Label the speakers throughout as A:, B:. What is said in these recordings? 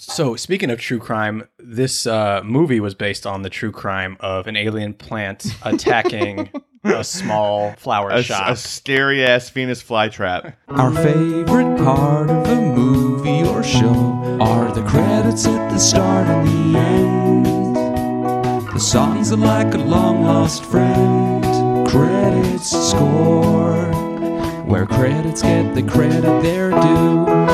A: So, speaking of true crime, this uh, movie was based on the true crime of an alien plant attacking a small flower
B: A,
A: shop.
B: a scary ass Venus flytrap.
C: Our favorite part of a movie or show are the credits at the start and the end. The songs are like a long lost friend. Credits score, where credits get the credit they're due.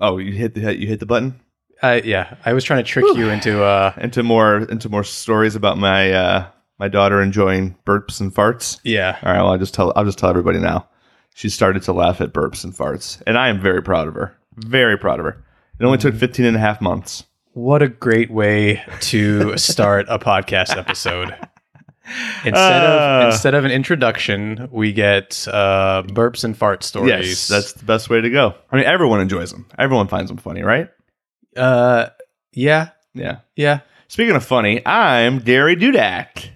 B: Oh, you hit the you hit the button
A: Uh, yeah, I was trying to trick you into. Uh,
B: into more into more stories about my uh, my daughter enjoying burps and farts.
A: yeah,
B: All right, well, I'll just tell I'll just tell everybody now. She started to laugh at burps and farts, and I am very proud of her. Very proud of her. It only took 15 and a half months.
A: what a great way to start a podcast episode. Instead
B: Uh.
A: of instead of an introduction, we get uh, burps and fart stories.
B: Yes, that's the best way to go. I mean, everyone enjoys them. Everyone finds them funny, right?
A: uh, yeah,
B: Yeah.
A: yeah.
B: Speaking of funny, I'm Gary Dudak.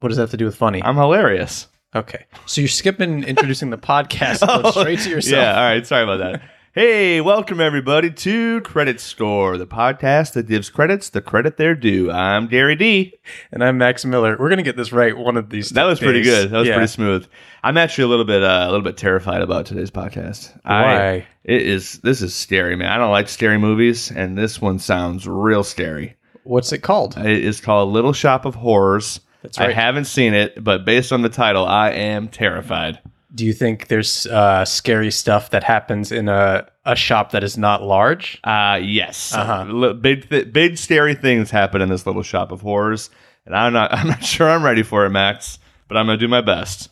A: What does that have to do with funny?
B: I'm hilarious.
A: okay, so you're skipping introducing the podcast and going straight to yourself.
B: Yeah, all right. Sorry about that. hey, welcome everybody to Credit Score, the podcast that gives credits the credit they're due. I'm Gary D.
A: And I'm Max Miller. We're gonna get this right one of these.
B: That was pretty
A: days.
B: good. That was
A: Yeah.
B: pretty smooth. I'm actually a little bit uh, a little bit terrified about today's podcast. I,
A: Why?
B: it is this is scary, man. I don't like scary movies, and this one sounds real scary.
A: What's it called?
B: It is called Little Shop of Horrors.
A: That's right.
B: I haven't seen it, but based on the title, I am terrified.
A: Do you think there's uh, scary stuff that happens in a, a shop that is not large?
B: Uh yes.
A: Uh-huh.
B: Li- big th- big scary things happen in this little shop of horrors, and I'm not I'm not sure I'm ready for it, Max, but I'm going to do my best.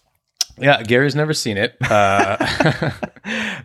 A: Yeah, Gary's never seen it. Uh,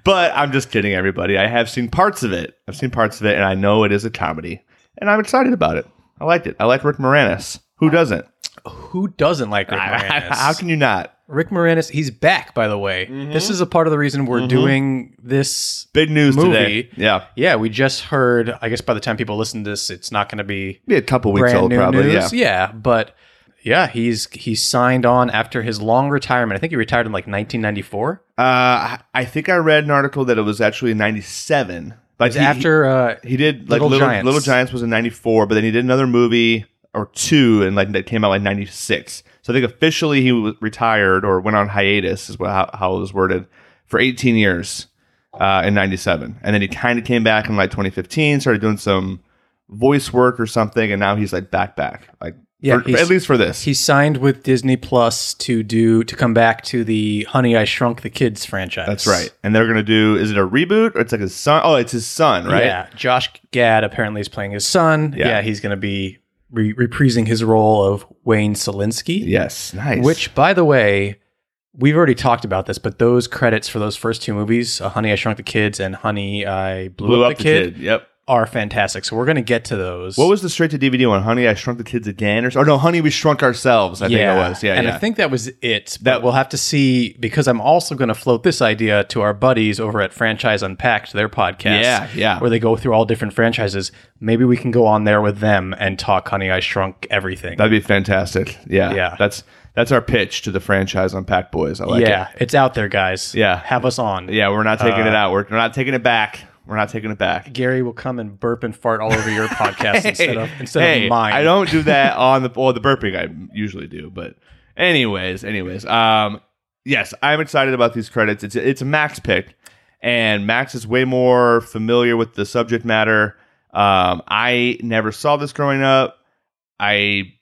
B: But I'm just kidding everybody. I have seen parts of it. I've seen parts of it and I know it is a comedy, and I'm excited about it. I liked it. I like Rick Moranis. Who doesn't?
A: who doesn't like Rick Moranis?
B: How can you not?
A: Rick Moranis, he's back, by the way. This is a part of the reason we're doing this.
B: Mm-hmm. Big news
A: Movie.
B: today. Yeah.
A: Yeah, we just heard, I guess by the time people listen to this, it's not going to be
B: Be a couple weeks
A: brand
B: old
A: new
B: probably.
A: news.
B: Yeah.
A: but yeah, he's he signed on after his long retirement. I think he retired in like 1994.
B: Uh I- I think I read an article that it was actually 97. But he-
A: after uh,
B: He did like
A: Little
B: Little,
A: Giants.
B: Little Giants was in '94, but then he did another movie or two, and like that came out like '96. So I think officially he was retired or went on hiatus is what, how, how it was worded for 18 years uh, in '97, and then he kind of came back in like 2015, started doing some voice work or something, and now he's like back back like
A: Yeah,
B: for- for-
A: he's-
B: at least for this.
A: He signed with Disney Plus to do to come back to the Honey I Shrunk the Kids franchise.
B: That's right. And they're gonna do is it a reboot or it's like his son? Oh, it's his son, right?
A: Yeah, Josh Gad apparently is playing his son. Yeah,
B: Yeah.
A: he's going to be re- reprising his role of Wayne Selinsky.
B: Yes. Nice.
A: Which, by the way, we've already talked about this, but those credits for those first two movies, uh, Honey I Shrunk the Kids and Honey I Blew,
B: blew
A: Up, the, kid,
B: Yep.
A: are fantastic. So we're going to get to those.
B: What was the straight to DVD one? Honey, I Shrunk the Kids Again, or, or no? Honey, We Shrunk Ourselves. I think it was. Yeah,
A: and
B: yeah.
A: I think that was it. But
B: That-
A: we'll have to see because I'm also going to float this idea to our buddies over at Franchise Unpacked, their podcast.
B: Yeah, yeah.
A: Where they go through all different franchises. Maybe we can go on there with them and talk. Honey, I Shrunk Everything.
B: That'd be fantastic. Yeah,
A: Yeah.
B: That's that's our pitch to the franchise on Pack Boys. I like
A: yeah, Uh,
B: it.
A: it's out there, guys.
B: Yeah.
A: have us on.
B: Yeah, we're not taking it out. We're, we're not taking it back. We're not taking it back.
A: Gary will come and burp and fart all over your podcast instead of instead
B: hey,
A: of mine.
B: I don't do that on the well the burping. I usually do, but anyways, anyways. Um, yes, I'm excited about these credits. It's it's a Max pick, and Max is way more familiar with the subject matter. Um, I never saw this growing up. I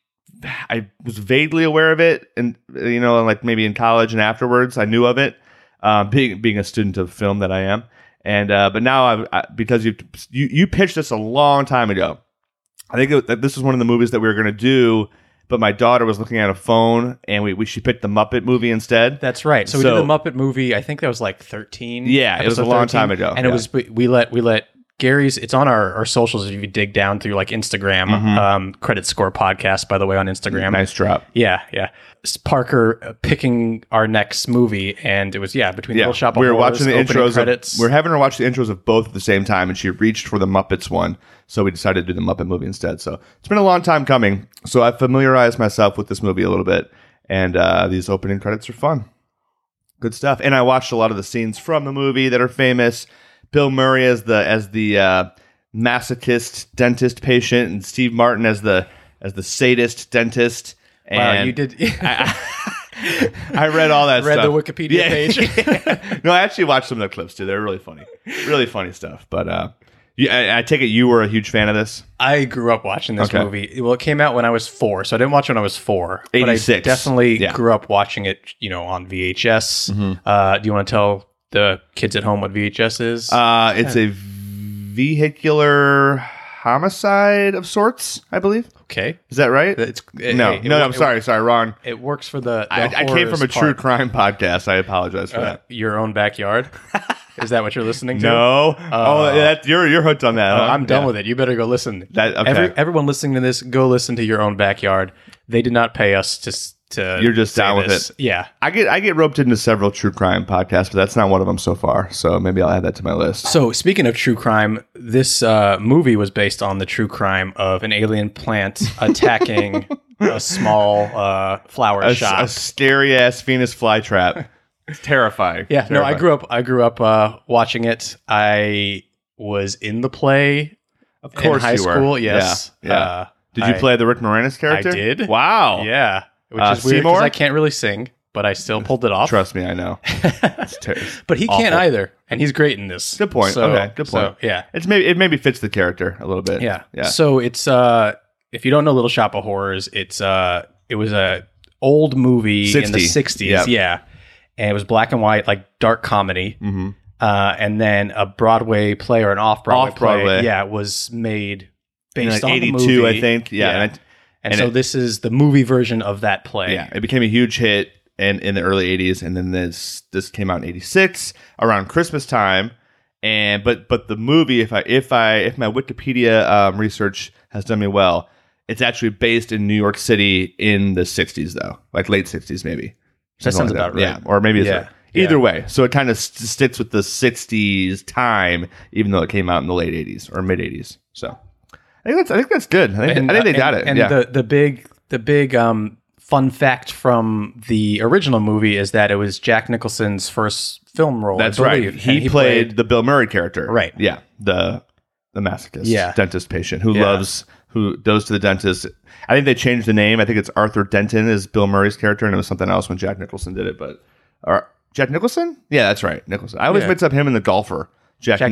B: I was vaguely aware of it, and you know, like maybe in college and afterwards, I knew of it, um, being being a student of film that I am, and uh, but now I've, I because you you you pitched this a long time ago. I think it, that this was one of the movies that we were going to do, but my daughter was looking at a phone, and we, we she picked the Muppet movie instead.
A: That's right. So, we
B: So-
A: did the Muppet movie. I think that was like thirteen.
B: Yeah, it was a
A: episode
B: long time ago.
A: and it
B: Yeah.
A: was we we let we let Gary's. It's on our, our socials if you dig down through like Instagram. Um, credit score podcast by the way on Instagram.
B: Mm-hmm. nice drop.
A: Yeah, yeah. S- Parker uh, picking our next movie, and it was yeah between
B: Yeah,
A: Little Shop of
B: we were
A: Horrors,
B: watching the
A: opening
B: intros.
A: credits.
B: Of, we're having her watch the intros of both at the same time, and she reached for the Muppets one, so we decided to do the Muppet movie instead. So it's been a long time coming. So I familiarized myself with this movie a little bit, and uh, these opening credits are fun, good stuff. And I watched a lot of the scenes from the movie that are famous. Bill Murray as the as the uh, masochist dentist patient, and Steve Martin as the as the sadist dentist. And
A: Wow, Uh, you did. I,
B: I read all that.
A: read
B: stuff.
A: the Wikipedia page.
B: no, I actually watched some of the clips too. They're really funny, really funny stuff. But uh, you, I, I take it you were a huge fan of this.
A: grew up watching this
B: Okay.
A: movie. Well, it came out when I was four, so I didn't watch it when I was four. But I
B: 86.
A: definitely
B: Yeah. Mm-hmm.
A: grew up watching it, you know, on VHS. Uh, do you want to tell the kids at home what VHS is?
B: Uh, it's a vehicular homicide of sorts, I believe.
A: okay.
B: Is that right?
A: It's,
B: no,
A: it- it-
B: no, I'm
A: it-
B: sorry, sorry, wrong.
A: It works for the. the
B: I, I came
A: horrors
B: from a true
A: part.
B: crime podcast. I apologize for
A: Uh,
B: that.
A: your own backyard. Is that what you're listening to?
B: No, oh, that you're you're hooked on that.
A: Uh,
B: huh?
A: I'm done
B: Yeah.
A: with it. You better go listen.
B: That- okay.
A: Every, everyone listening to this, go listen to your own backyard. They did not pay us to. s- to
B: You're just
A: say
B: down with
A: this.
B: it.
A: Yeah.
B: I get I get roped into several true crime podcasts, but that's not one of them so far. So maybe I'll add that to my list.
A: So speaking of true crime, this uh, movie was based on the true crime of an alien plant attacking a small uh, flower
B: a,
A: shop.
B: scary ass Venus flytrap. It's terrifying.
A: Yeah, no, I grew up. I grew up uh, watching it. I was in the play
B: Of
A: in high school. Yes.
B: Yeah. yeah.
A: Uh,
B: did you
A: I-
B: play the Rick Moranis character?
A: did.
B: Wow.
A: Yeah, which
B: Uh,
A: is weird
B: Seymour?
A: because I can't really sing, but I still pulled it off.
B: Trust me, I know. It's ter-
A: but he can't
B: Awful.
A: either, and he's great in this.
B: Good point.
A: So-
B: okay. Good
A: so,
B: point.
A: yeah,
B: It's maybe it maybe fits the character a little bit.
A: yeah,
B: Yeah.
A: So it's uh, if you don't know Little Shop of Horrors, it's uh, it was a old movie in the
B: 60.
A: '60s.
B: Yep.
A: Yeah, and it was black and white, like dark comedy.
B: mm-hmm.
A: Uh, and then a Broadway play or an off Broadway
B: Off-Broadway.
A: play, yeah, was made based
B: like
A: on the
B: 82,
A: movie.
B: I think. Yeah.
A: Yeah.
B: And, it-
A: and,
B: and
A: so
B: it-
A: this is the movie version of that play.
B: yeah. It became a huge hit and in the early 80s and then this this came out in 86 around Christmas time. And but but the movie if I if I if my Wikipedia um, research has done me well, it's actually based in New York City in the 60s though. Like late 60s maybe.
A: That
B: Something
A: sounds
B: like
A: about right.
B: Yeah, or maybe it's
A: Yeah.
B: like- Either
A: Yeah.
B: way, so it kind of st- sticks with the '60s time, even though it came out in the late '80s or mid '80s. So I think that's I think that's good. I think, I think they
A: uh,
B: got
A: and-
B: it.
A: And
B: yeah.
A: the the big the big um fun fact from the original movie is that it was Jack Nicholson's first film role. I
B: That's right.
A: believe,
B: He,
A: and
B: played, the Bill Murray character.
A: Right.
B: Yeah. The the masochist.
A: Yeah.
B: Dentist patient who
A: Yeah.
B: loves who goes to the dentist. I think they changed the name. I think it's Arthur Denton is Bill Murray's character, and it was something else when Jack Nicholson did it. But or Jack Nicholson? Yeah, that's right. Nicholson. I always
A: Yeah.
B: mix up him and the golfer. Jack,
A: Jack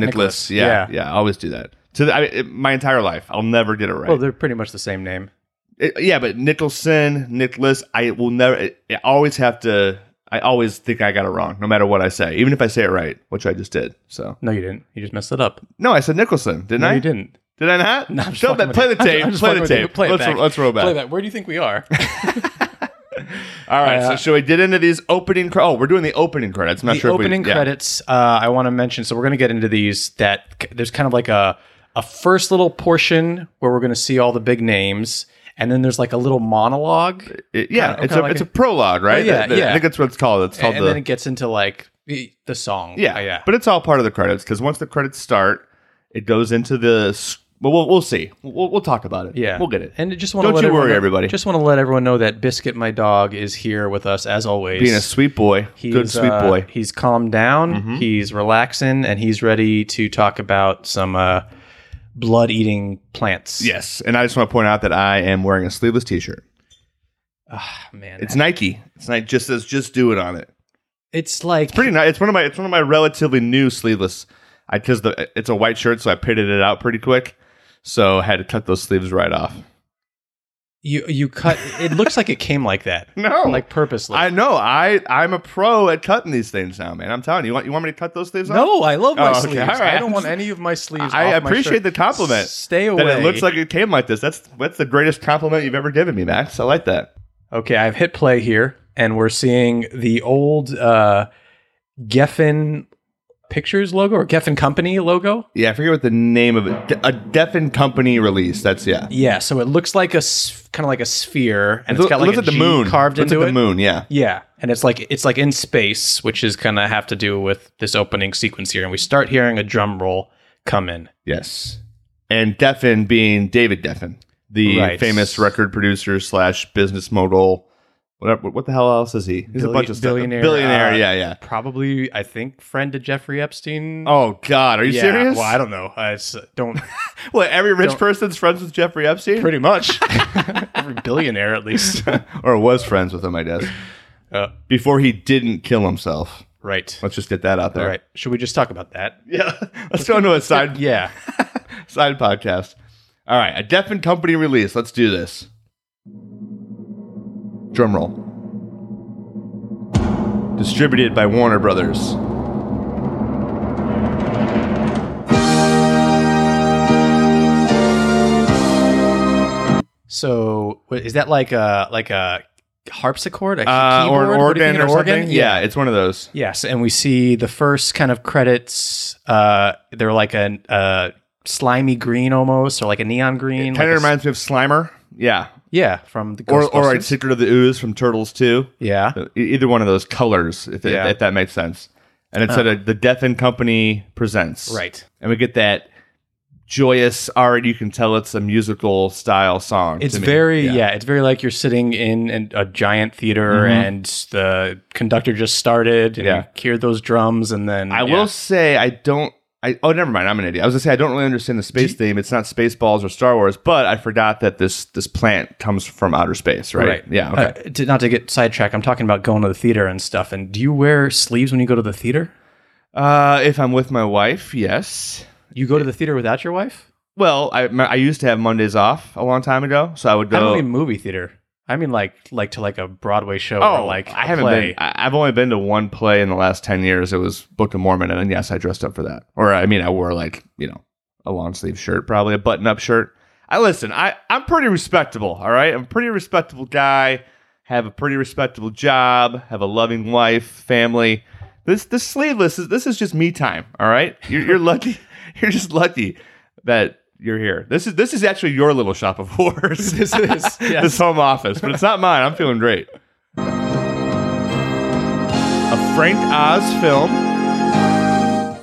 A: Nicklaus.
B: Nicholas. Yeah,
A: Yeah.
B: yeah. I always do that. To the, I, it, my entire life, I'll never get it right.
A: Well, Oh, they're pretty much the same name.
B: It- yeah, but Nicholson, Nicholas, I will never. I always have to. I always think I got it wrong, no matter what I say, even if I say it right, which I just did. So
A: No, you didn't. You just messed it up.
B: no, I said Nicholson, didn't
A: No,
B: I?
A: you didn't.
B: Did I not?
A: No, I'm just
B: Show
A: fucking
B: that-
A: with
B: play
A: you.
B: the tape.
A: I'm just
B: play
A: fucking
B: the
A: with you.
B: tape.
A: Play it
B: let's,
A: back.
B: let's roll back.
A: Play that. Where do you think we are?
B: All right. so
A: Uh,
B: should we get into these opening? Cre- oh, we're doing the opening credits. I'm not
A: the
B: sure. if we-
A: opening
B: yeah.
A: credits uh, i want to mention so we're going to get into these that c- there's kind of like a a first little portion where we're going to see all the big names and then there's like a little monologue
B: It- yeah,
A: Kinda-
B: it's a
A: kinda like
B: it's a
A: a-
B: prologue, right?
A: yeah,
B: The- the- I
A: yeah.
B: think that's what it's called. It's called
A: and
B: the
A: then it gets into like the, the song
B: Yeah,
A: Uh, yeah
B: But it's all part of the credits because once the credits start, it goes into the. s- Well, we'll, we'll see. We'll, we'll talk about it.
A: yeah
B: we'll get it.
A: and just want
B: Don't
A: to
B: you worry, everybody.
A: just want to let everyone know that biscuit my dog is here with us as always
B: being a sweet boy,
A: He's,
B: good sweet
A: uh,
B: boy. Mm-hmm.
A: He's calmed down. He's relaxing, and he's ready to talk about some uh, blood-eating plants.
B: Yes, and I just want to point out that I am wearing a sleeveless T-shirt.
A: Oh, man,
B: It's Nike. It's Nike. Just says "Just do it" on it.
A: it's like
B: Pretty nice. It's one of my. It's one of my relatively new sleeveless. I because the it's a white shirt, so I pitted it out pretty quick. So I had to cut those sleeves right off.
A: You you cut. It looks like it came like that.
B: No.
A: like purposely.
B: I know. I I'm a pro at cutting these things now, man. I'm telling you. You want you want me to cut those sleeves off?
A: no, I love my
B: Oh, okay,
A: sleeves.
B: all right.
A: I don't want any of my sleeves.
B: I
A: off my
B: appreciate
A: shirt.
B: the compliment.
A: S- Stay away.
B: That it looks like it came like this. That's that's the greatest compliment you've ever given me, Max. I like that.
A: Okay, I've hit play here, and we're seeing the old uh, Geffen Pictures logo or Geffen Company logo.
B: Yeah, I forget what the name of it. A Defen Company release. That's yeah.
A: Yeah, so it looks like a kind of like a sphere, and
B: Look-
A: it's got like a
B: looks at the
A: G
B: moon
A: carved
B: looks
A: into
B: at the
A: it.
B: moon. Yeah.
A: Yeah, and it's like it's like in space, which is gonna have to do with this opening sequence here, and we start hearing a drum roll come in.
B: Yes. And Defen being David Defen, the
A: Right.
B: famous record producer slash business mogul What, what the hell else is he? He's a
A: Billi-
B: bunch of stuff.
A: billionaire,
B: Billionaire,
A: uh,
B: yeah, yeah.
A: Probably, I think, friend to Jeffrey Epstein.
B: Oh God, are you
A: Yeah,
B: serious?
A: Well, I don't know. I s- don't.
B: What, every rich
A: Don't-
B: person's friends with Jeffrey Epstein,
A: pretty much. Every billionaire, at least.
B: or was friends with him, I guess,
A: Uh,
B: before he didn't kill himself.
A: right.
B: Let's just get that out
A: All
B: there.
A: right. Should we just talk about that?
B: Yeah. Let's go into a side
A: Yeah.
B: side podcast. All right, a Deaf and Company release. Let's do this. Drum roll. Distributed by Warner Brothers.
A: So wha- is that like a like a harpsichord, a
B: Uh, or
A: keyboard,
B: an
A: What do you
B: organ
A: think,
B: or
A: an organ?
B: something. Yeah. it's one of those.
A: Yes, and we see the first kind of credits. Uh, they're like a uh, slimy green almost, or like a neon green.
B: Kind
A: like a
B: of
A: s-
B: reminds me of Slimer. Yeah.
A: yeah, from the
B: Or, or like
A: Ghostbusters.
B: Secret of the Ooze from Turtles 2.
A: yeah,
B: E- Either one of those colors, if,
A: Yeah.
B: if that makes sense. And it's at a, the Death and Company presents.
A: right.
B: And we get that joyous, already you can tell it's a musical style song. to
A: It's
B: me.
A: very yeah. it's very like you're sitting in an, a giant theater and the conductor just started and
B: Mm-hmm. Yeah.
A: you hear those drums and then
B: I
A: yeah.
B: will say I don't. I, oh, never mind. I'm an idiot. I was gonna say I don't really understand the space theme. It's not Spaceballs or Star Wars, but I forgot that this this plant comes from outer space, right? Yeah. Okay.
A: Uh, to, not to get sidetracked, I'm talking about going to the theater and stuff. And do you wear sleeves when you go to the theater?
B: Uh, if I'm with my wife, yes.
A: You go to the theater without your wife?
B: Well, I my- I used to have Mondays off a long time ago, so I would
A: I
B: go.
A: don't mean movie theater. I mean like like to like a Broadway show.
B: oh,
A: or like
B: I
A: a
B: haven't
A: play.
B: been. I, I've only been to one play in the last ten years. It was Book of Mormon, and then yes, I dressed up for that. Or I mean, I wore like you know a long sleeve shirt, probably a button up shirt. I listen. I I'm pretty respectable. All right, I'm a pretty respectable guy. Have a pretty respectable job. Have a loving wife, family. This this sleeveless is this is just me time. All right, you're, you're lucky. You're just lucky that you're here. This is this is actually your little shop of horrors. this is this home office, but it's not mine. I'm feeling great a Frank Oz film.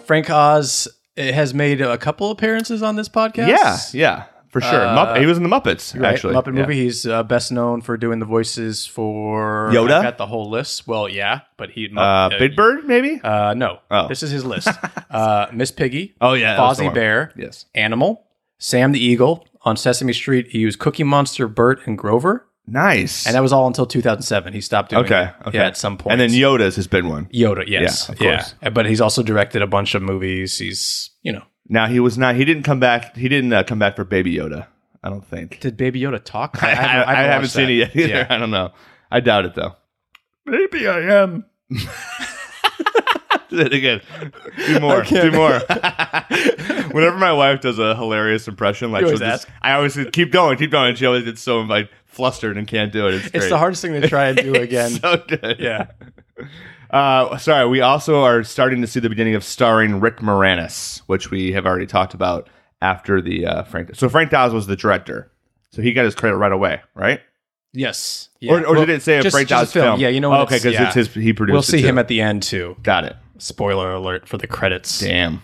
A: Frank Oz eh, has made a couple appearances on this podcast.
B: Yeah, yeah, for sure. Mupp- he was in the Muppets,
A: Right?
B: actually.
A: Muppet
B: Yeah.
A: movie. He's uh, best known for doing the voices for
B: Yoda?
A: I got the whole list. Well, yeah, but he
B: Uh,
A: Mupp-
B: Big Bird, maybe.
A: Uh, no,
B: Oh.
A: this is his list. uh, Miss Piggy.
B: Oh, yeah, that was the
A: Fozzie
B: one.
A: Bear.
B: Yes.
A: Animal. Sam the Eagle on Sesame Street. He used Cookie Monster, Bert, and Grover,
B: nice.
A: and that was all until 2007. He stopped doing
B: okay.
A: it,
B: Okay.
A: Yeah, at some point.
B: And then Yoda's has been one.
A: Yoda, yes,
B: Yeah,
A: yeah, Uh,
B: of course.
A: But he's also directed a bunch of movies. He's you know.
B: Now he was not. He didn't come back. He didn't uh, come back for Baby Yoda. I don't think.
A: Did Baby Yoda talk?
B: I, I, I haven't
A: watched
B: seen
A: that.
B: it yet either. I don't know. I doubt it though. Maybe I am. Do that again. Do more. Do more. Whenever my wife does a hilarious impression, like
A: You
B: she'll
A: always
B: just, I always say, keep going, keep going. She always gets so like flustered and can't do it. It's,
A: It's
B: great.
A: the hardest thing to try and do again.
B: so good.
A: yeah.
B: Uh, sorry, we also are starting to see the beginning of starring Rick Moranis, which we have already talked about after the uh, Frank. So Frank Dawes was the director, so he got his credit right away, right?
A: Yes.
B: Or, or did it say a Frank Dawes film. Oh,
A: Yeah, you know.
B: Okay, because
A: yeah.
B: it's his. He produced.
A: We'll see
B: it
A: him
B: too.
A: at the end too.
B: Got it.
A: Spoiler alert for the credits.
B: Damn.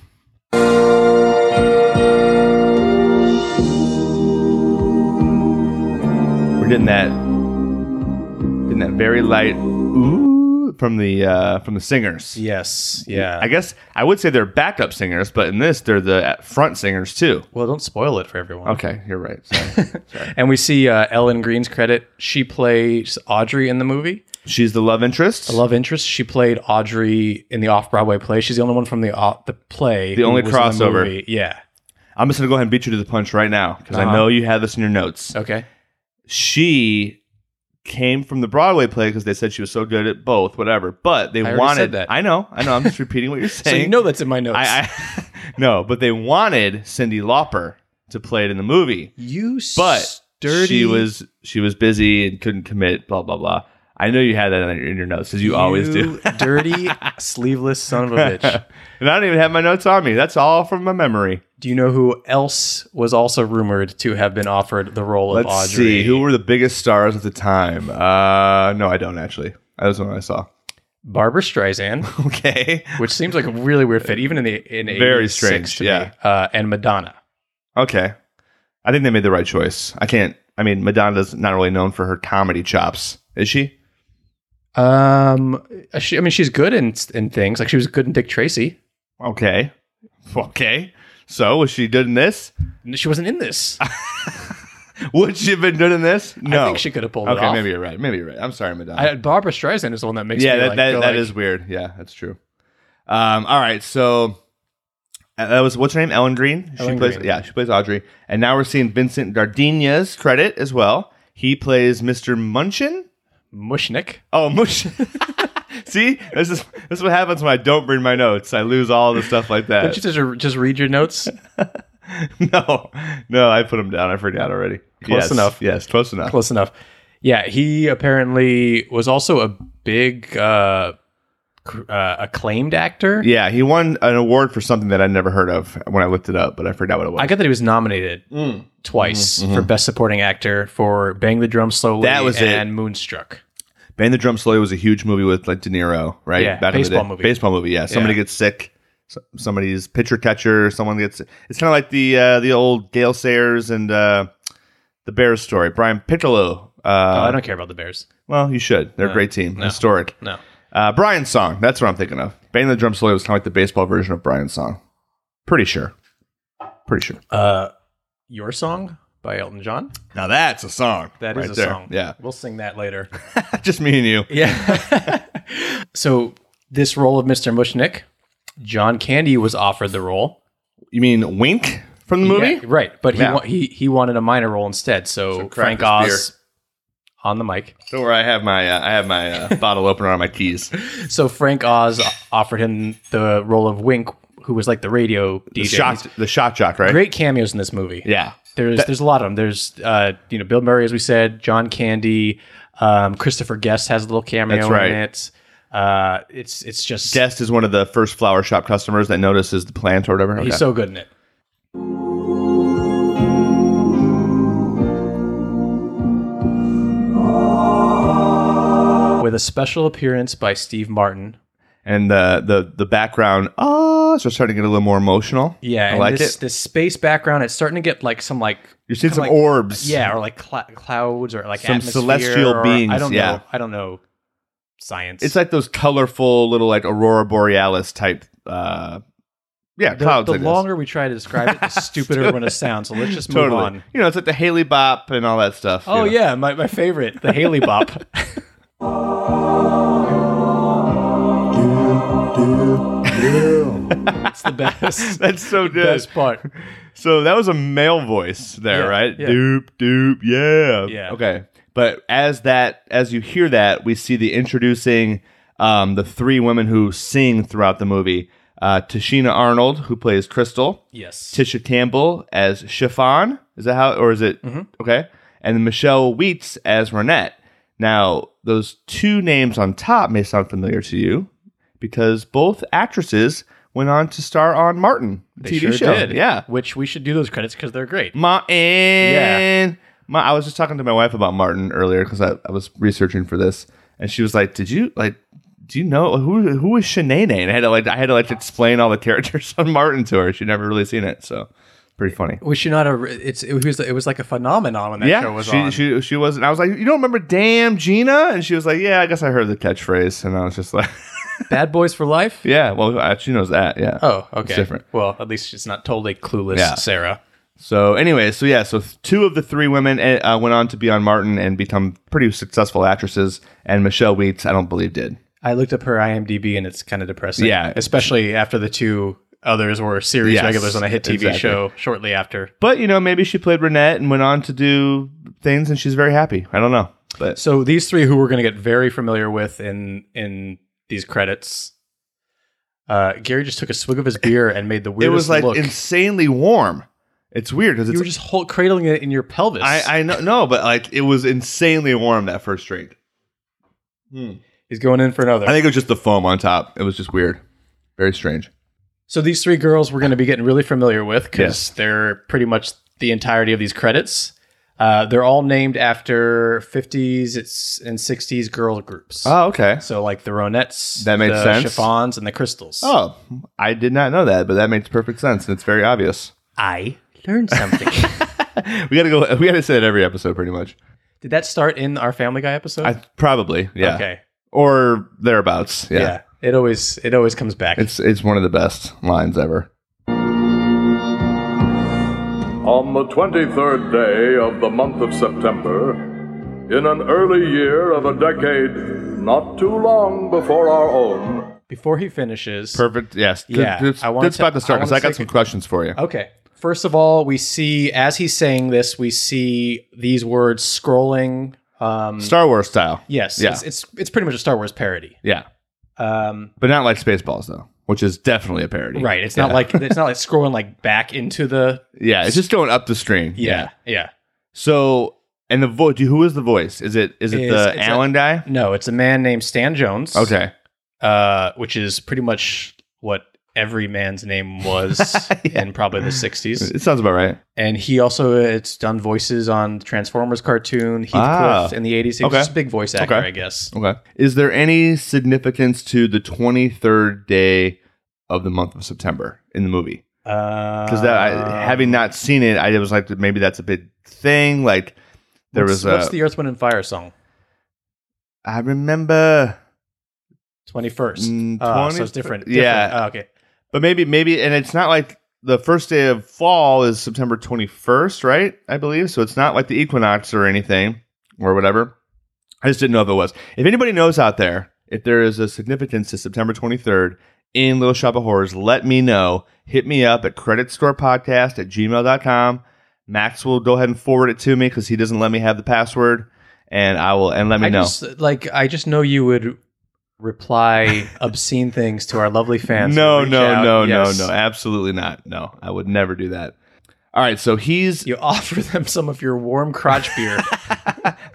B: We're getting that getting that very light ooh from the uh, from the singers.
A: Yes. Yeah.
B: I guess I would say they're backup singers, but in this they're the front singers too.
A: well, don't spoil it for everyone.
B: Okay, you're right. Sorry.
A: And we see uh, Ellen Green's credit. She plays Audrey in the movie.
B: She's the love interest.
A: Love interest. She played Audrey in the off Broadway play. She's the only one from the au- the play.
B: The
A: who
B: only
A: was in
B: crossover.
A: movie. yeah.
B: I'm just gonna go ahead and beat you to the punch right now because I
A: Uh-huh.
B: know you had this in your notes.
A: Okay.
B: she came from the Broadway play because they said she was so good at both, whatever. But they
A: I already
B: wanted
A: said that.
B: I know, I know. I'm just repeating what you're
A: So
B: saying.
A: you know that's in my notes.
B: I, I no, but they wanted Cindy Lauper to play it in the movie,
A: you
B: but
A: dirty.
B: she was she was busy and couldn't commit. Blah blah blah. I know you had that in your, in your notes because you, always do.
A: dirty, sleeveless son of a bitch.
B: And I don't even have my notes on me. That's all from my memory.
A: Do you know who else was also rumored to have been offered the role
B: Let's
A: of Audrey?
B: see who were the biggest stars at the time. Uh, no, I don't actually. That was the one I saw.
A: Barbara Streisand,
B: Okay.
A: which seems like a really weird fit, even in the in
B: Very
A: 86
B: strange,
A: to me.
B: yeah.
A: Uh, and Madonna.
B: Okay. I think they made the right choice. I can't. I mean, Madonna's not really known for her comedy chops, is she?
A: Um, she, I mean, she's good in in things. Like she was good in Dick Tracy.
B: Okay. Okay. So was she doing this?
A: She wasn't in this.
B: Would she have been doing this? No.
A: I think she could have pulled it
B: Oh. okay,
A: off.
B: maybe you're right. Maybe you're right. I'm sorry, Madonna.
A: I, Barbara Streisand is the one that makes
B: yeah,
A: me
B: that,
A: like,
B: that,
A: go
B: that
A: like,
B: is weird. Yeah, that's true. Um, all right, so uh, that was what's her name? Ellen Green. She
A: Ellen
B: plays
A: Green.
B: yeah, she plays Audrey. And now we're seeing Vincent Dardinia's credit as well. He plays Mr. Munchin.
A: Mushnick.
B: Oh, Mush. See, this is this is what happens when I don't bring my notes. I lose all the stuff like that.
A: Don't you just, just read your notes?
B: no, no, I put them down. I forgot already.
A: Close
B: Yes,
A: enough.
B: Yes, close enough.
A: Close enough. Yeah, he apparently was also a big uh, cr- uh, acclaimed actor.
B: Yeah, he won an award for something that I never heard of when I looked it up, but I forgot what it was.
A: I got that he was nominated
B: Mm. Mm-hmm.
A: twice for Best Supporting Actor for Bang the Drum Slowly
B: That was it.
A: and Moonstruck.
B: Band the Drum Slowly was a huge movie with like De Niro, right?
A: Yeah,
B: in
A: baseball
B: day.
A: movie.
B: Baseball movie, yeah. Somebody
A: Yeah.
B: gets sick. so- Somebody's pitcher catcher. Someone gets. It's kind of like the uh, the old Gale Sayers and uh, the Bears story. Brian Piccolo.
A: Oh,
B: Uh,
A: I don't care about the Bears.
B: well, you should. They're a great team. Historic.
A: No.
B: Uh, Brian's song. That's what I'm thinking of. Band the Drum Slowly was kind of like the baseball version of Brian's song. Pretty sure. Pretty sure.
A: Uh, Your Song by Elton John.
B: Now that's a song.
A: That is
B: right
A: a
B: there.
A: song.
B: Yeah.
A: We'll sing that later.
B: Just me and you.
A: Yeah. so this role of Mr. Mushnick, John Candy was offered the role.
B: You mean Wink from the movie?
A: Yeah, right. But he,
B: Yeah.
A: wa- he he wanted a minor role instead. So,
B: So
A: Frank
B: crack this
A: Oz on the mic.
B: Don't worry, I have my uh, I have my uh, bottle opener on my keys.
A: So Frank Oz offered him the role of Wink, who was like the radio DJ.
B: The shot, the shot jock, right?
A: Great cameos in this movie.
B: Yeah,
A: There's there's a lot of them. There's uh you know Bill Murray as we said, John Candy, um, Christopher Guest has a little cameo
B: That's right.
A: in it. Uh, it's it's just
B: Guest is one of the first flower shop customers that notices the plant or whatever.
A: he's
B: Okay.
A: so good in it. With a special appearance by Steve Martin.
B: and the the the background ah, so it's starting to get a little more emotional.
A: Yeah,
B: I
A: and
B: like
A: this,
B: it.
A: this space background. It's starting to get like some like
B: You're seeing some
A: kinda like-
B: orbs.
A: yeah, or like cl- clouds or like
B: Some
A: atmosphere
B: celestial
A: or-
B: beings,
A: I don't
B: yeah.
A: know. I don't know science.
B: it's like those colorful little like aurora borealis type. uh Yeah,
A: the,
B: clouds.
A: the
B: I guess.
A: longer we try to describe it, the stupider we're going to sound. So let's just move
B: totally.
A: on.
B: You know, it's like the Haley Bop and all that stuff.
A: Oh
B: you know.
A: yeah, my, my favorite, the Haley Bop. it's the best.
B: that's so good.
A: best part.
B: So that was a male voice there,
A: Yeah,
B: right?
A: yeah.
B: Doop doop, yeah.
A: Yeah.
B: Okay. But as that as you hear that, we see the introducing um, the three women who sing throughout the movie. Uh, Tashina Arnold, who plays Crystal,
A: Yes.
B: Tisha Campbell as Chiffon. Is that how, or is it
A: Mm-hmm.
B: okay? And Michelle Wheats as Renette. Now, those two names on top may sound familiar to you because both actresses went on to star on Martin, the TV
A: Sure
B: show.
A: did. Mm.
B: Yeah,
A: Which we should do those credits because they're great.
B: Martin.
A: Yeah.
B: Ma- I was just talking to my wife about Martin earlier because I, I was researching for this, and she was like, "Did you like?" Do you know who who is Shanae? And I had to like I had to like explain all the characters on Martin to her. She'd never really seen it, so pretty funny.
A: Was she not a? It's it was it was like a phenomenon when that
B: yeah,
A: show was
B: she,
A: on.
B: she she wasn't. I was like, you don't remember damn Gina? And she was like, yeah, I guess I heard the catchphrase. And I was just like,
A: Bad Boys for Life.
B: yeah, well, uh, she knows that. Yeah.
A: Oh, okay.
B: different.
A: Well, at least she's not totally clueless,
B: Yeah.
A: Sarah.
B: So anyway, so yeah, so th- two of the three women uh, went on to be on Martin and become pretty successful actresses. And Michelle Weitz, I don't believe did.
A: I looked up her IMDb and it's kind of depressing.
B: Yeah.
A: especially after the two others were series
B: Yes,
A: regulars on a hit TV
B: exactly.
A: show shortly after.
B: But you know, maybe she played Renette and went on to do things, and she's very happy. I don't know, but
A: So these three who we're going to get very familiar with in in these credits. Uh, Gary just took a swig of his beer and made the
B: it
A: weirdest
B: was like
A: look.
B: insanely warm. It's weird because
A: you
B: it's
A: were just hol- cradling it in your pelvis.
B: I I know no, but like it was insanely warm that first drink.
A: He's going in for another.
B: I think it was just the foam on top. It was just weird, very strange.
A: so these three girls we're going to be getting really familiar with because
B: Yes.
A: they're pretty much the entirety of these credits. Uh, they're all named after 50s it's- and 60s girl groups.
B: Oh okay.
A: So like the Ronettes,
B: That makes
A: the
B: sense.
A: Chiffons, and the Crystals.
B: Oh, I did not know that, but that makes perfect sense, and it's very obvious.
A: I learned something.
B: We gotta go. We gotta say it every episode, pretty much.
A: Did that start in our Family Guy episode?
B: I probably yeah.
A: Okay.
B: or thereabouts. Yeah.
A: yeah. It always it always comes back.
B: It's it's one of the best lines ever.
D: On the 23rd day of the month of September, in an early year of a decade not too long before our own,
A: Before he finishes,
B: Perfect. Yes. Good-
A: Yeah,
B: Good,
A: I
B: good,
A: wanna ta-
B: spot to start
A: I
B: because
A: wanna
B: I got
A: take
B: some
A: a-
B: questions for you.
A: Okay. First of all, we see as he's saying this, we see these words scrolling. Um,
B: Star Wars style.
A: yes,
B: Yeah.
A: it's, it's it's pretty much a Star Wars parody.
B: Yeah.
A: Um,
B: But not like Spaceballs though, which is definitely a parody.
A: right. It's
B: Yeah.
A: not like it's not like scrolling like back into the
B: Yeah, it's just going up the stream.
A: yeah yeah.
B: So and the voice. Who is the voice? Is it is it
A: It's-
B: the
A: it's a-
B: Allen guy?
A: No, it's a man named Stan Jones.
B: Okay.
A: Uh, which is pretty much what every man's name was
B: Yeah.
A: in probably the '60s.
B: It sounds about right.
A: and he also it's done voices on the Transformers cartoon, Heathcliff
B: Ah.
A: in the '80s. He was
B: Okay.
A: just a big voice actor,
B: Okay.
A: I guess.
B: Okay. Is there any significance to the 23rd day of the month of September in the movie? Because
A: Because
B: that I,
A: Uh.
B: having not seen it, I was like, maybe that's a big thing. Like there
A: what's,
B: was a. I
A: what's the Earth, Wind, and Fire song?
B: remember,
A: Twenty first.
B: Mm,
A: Uh, so
B: 20
A: it's different.
B: yeah.
A: different. Oh, okay.
B: but maybe maybe, and it's not like the first day of fall is September 21st, right? I believe so. It's not like the equinox or anything or whatever. I just didn't know if it was. If anybody knows out there, if there is a significance to September 23rd in Little Shop of Horrors, let me know. Hit me up at creditstorepodcast at gmail.com. Max will go ahead and forward it to me because he doesn't let me have the password. And I will, and let me
A: I
B: know.
A: just like I just know you would reply obscene things to our lovely fans.
B: no,
A: Reach
B: no,
A: out.
B: no,
A: Yes.
B: no, no. Absolutely not. No, I would never do that. All right. So he's,
A: You offer them some of your warm crotch beer.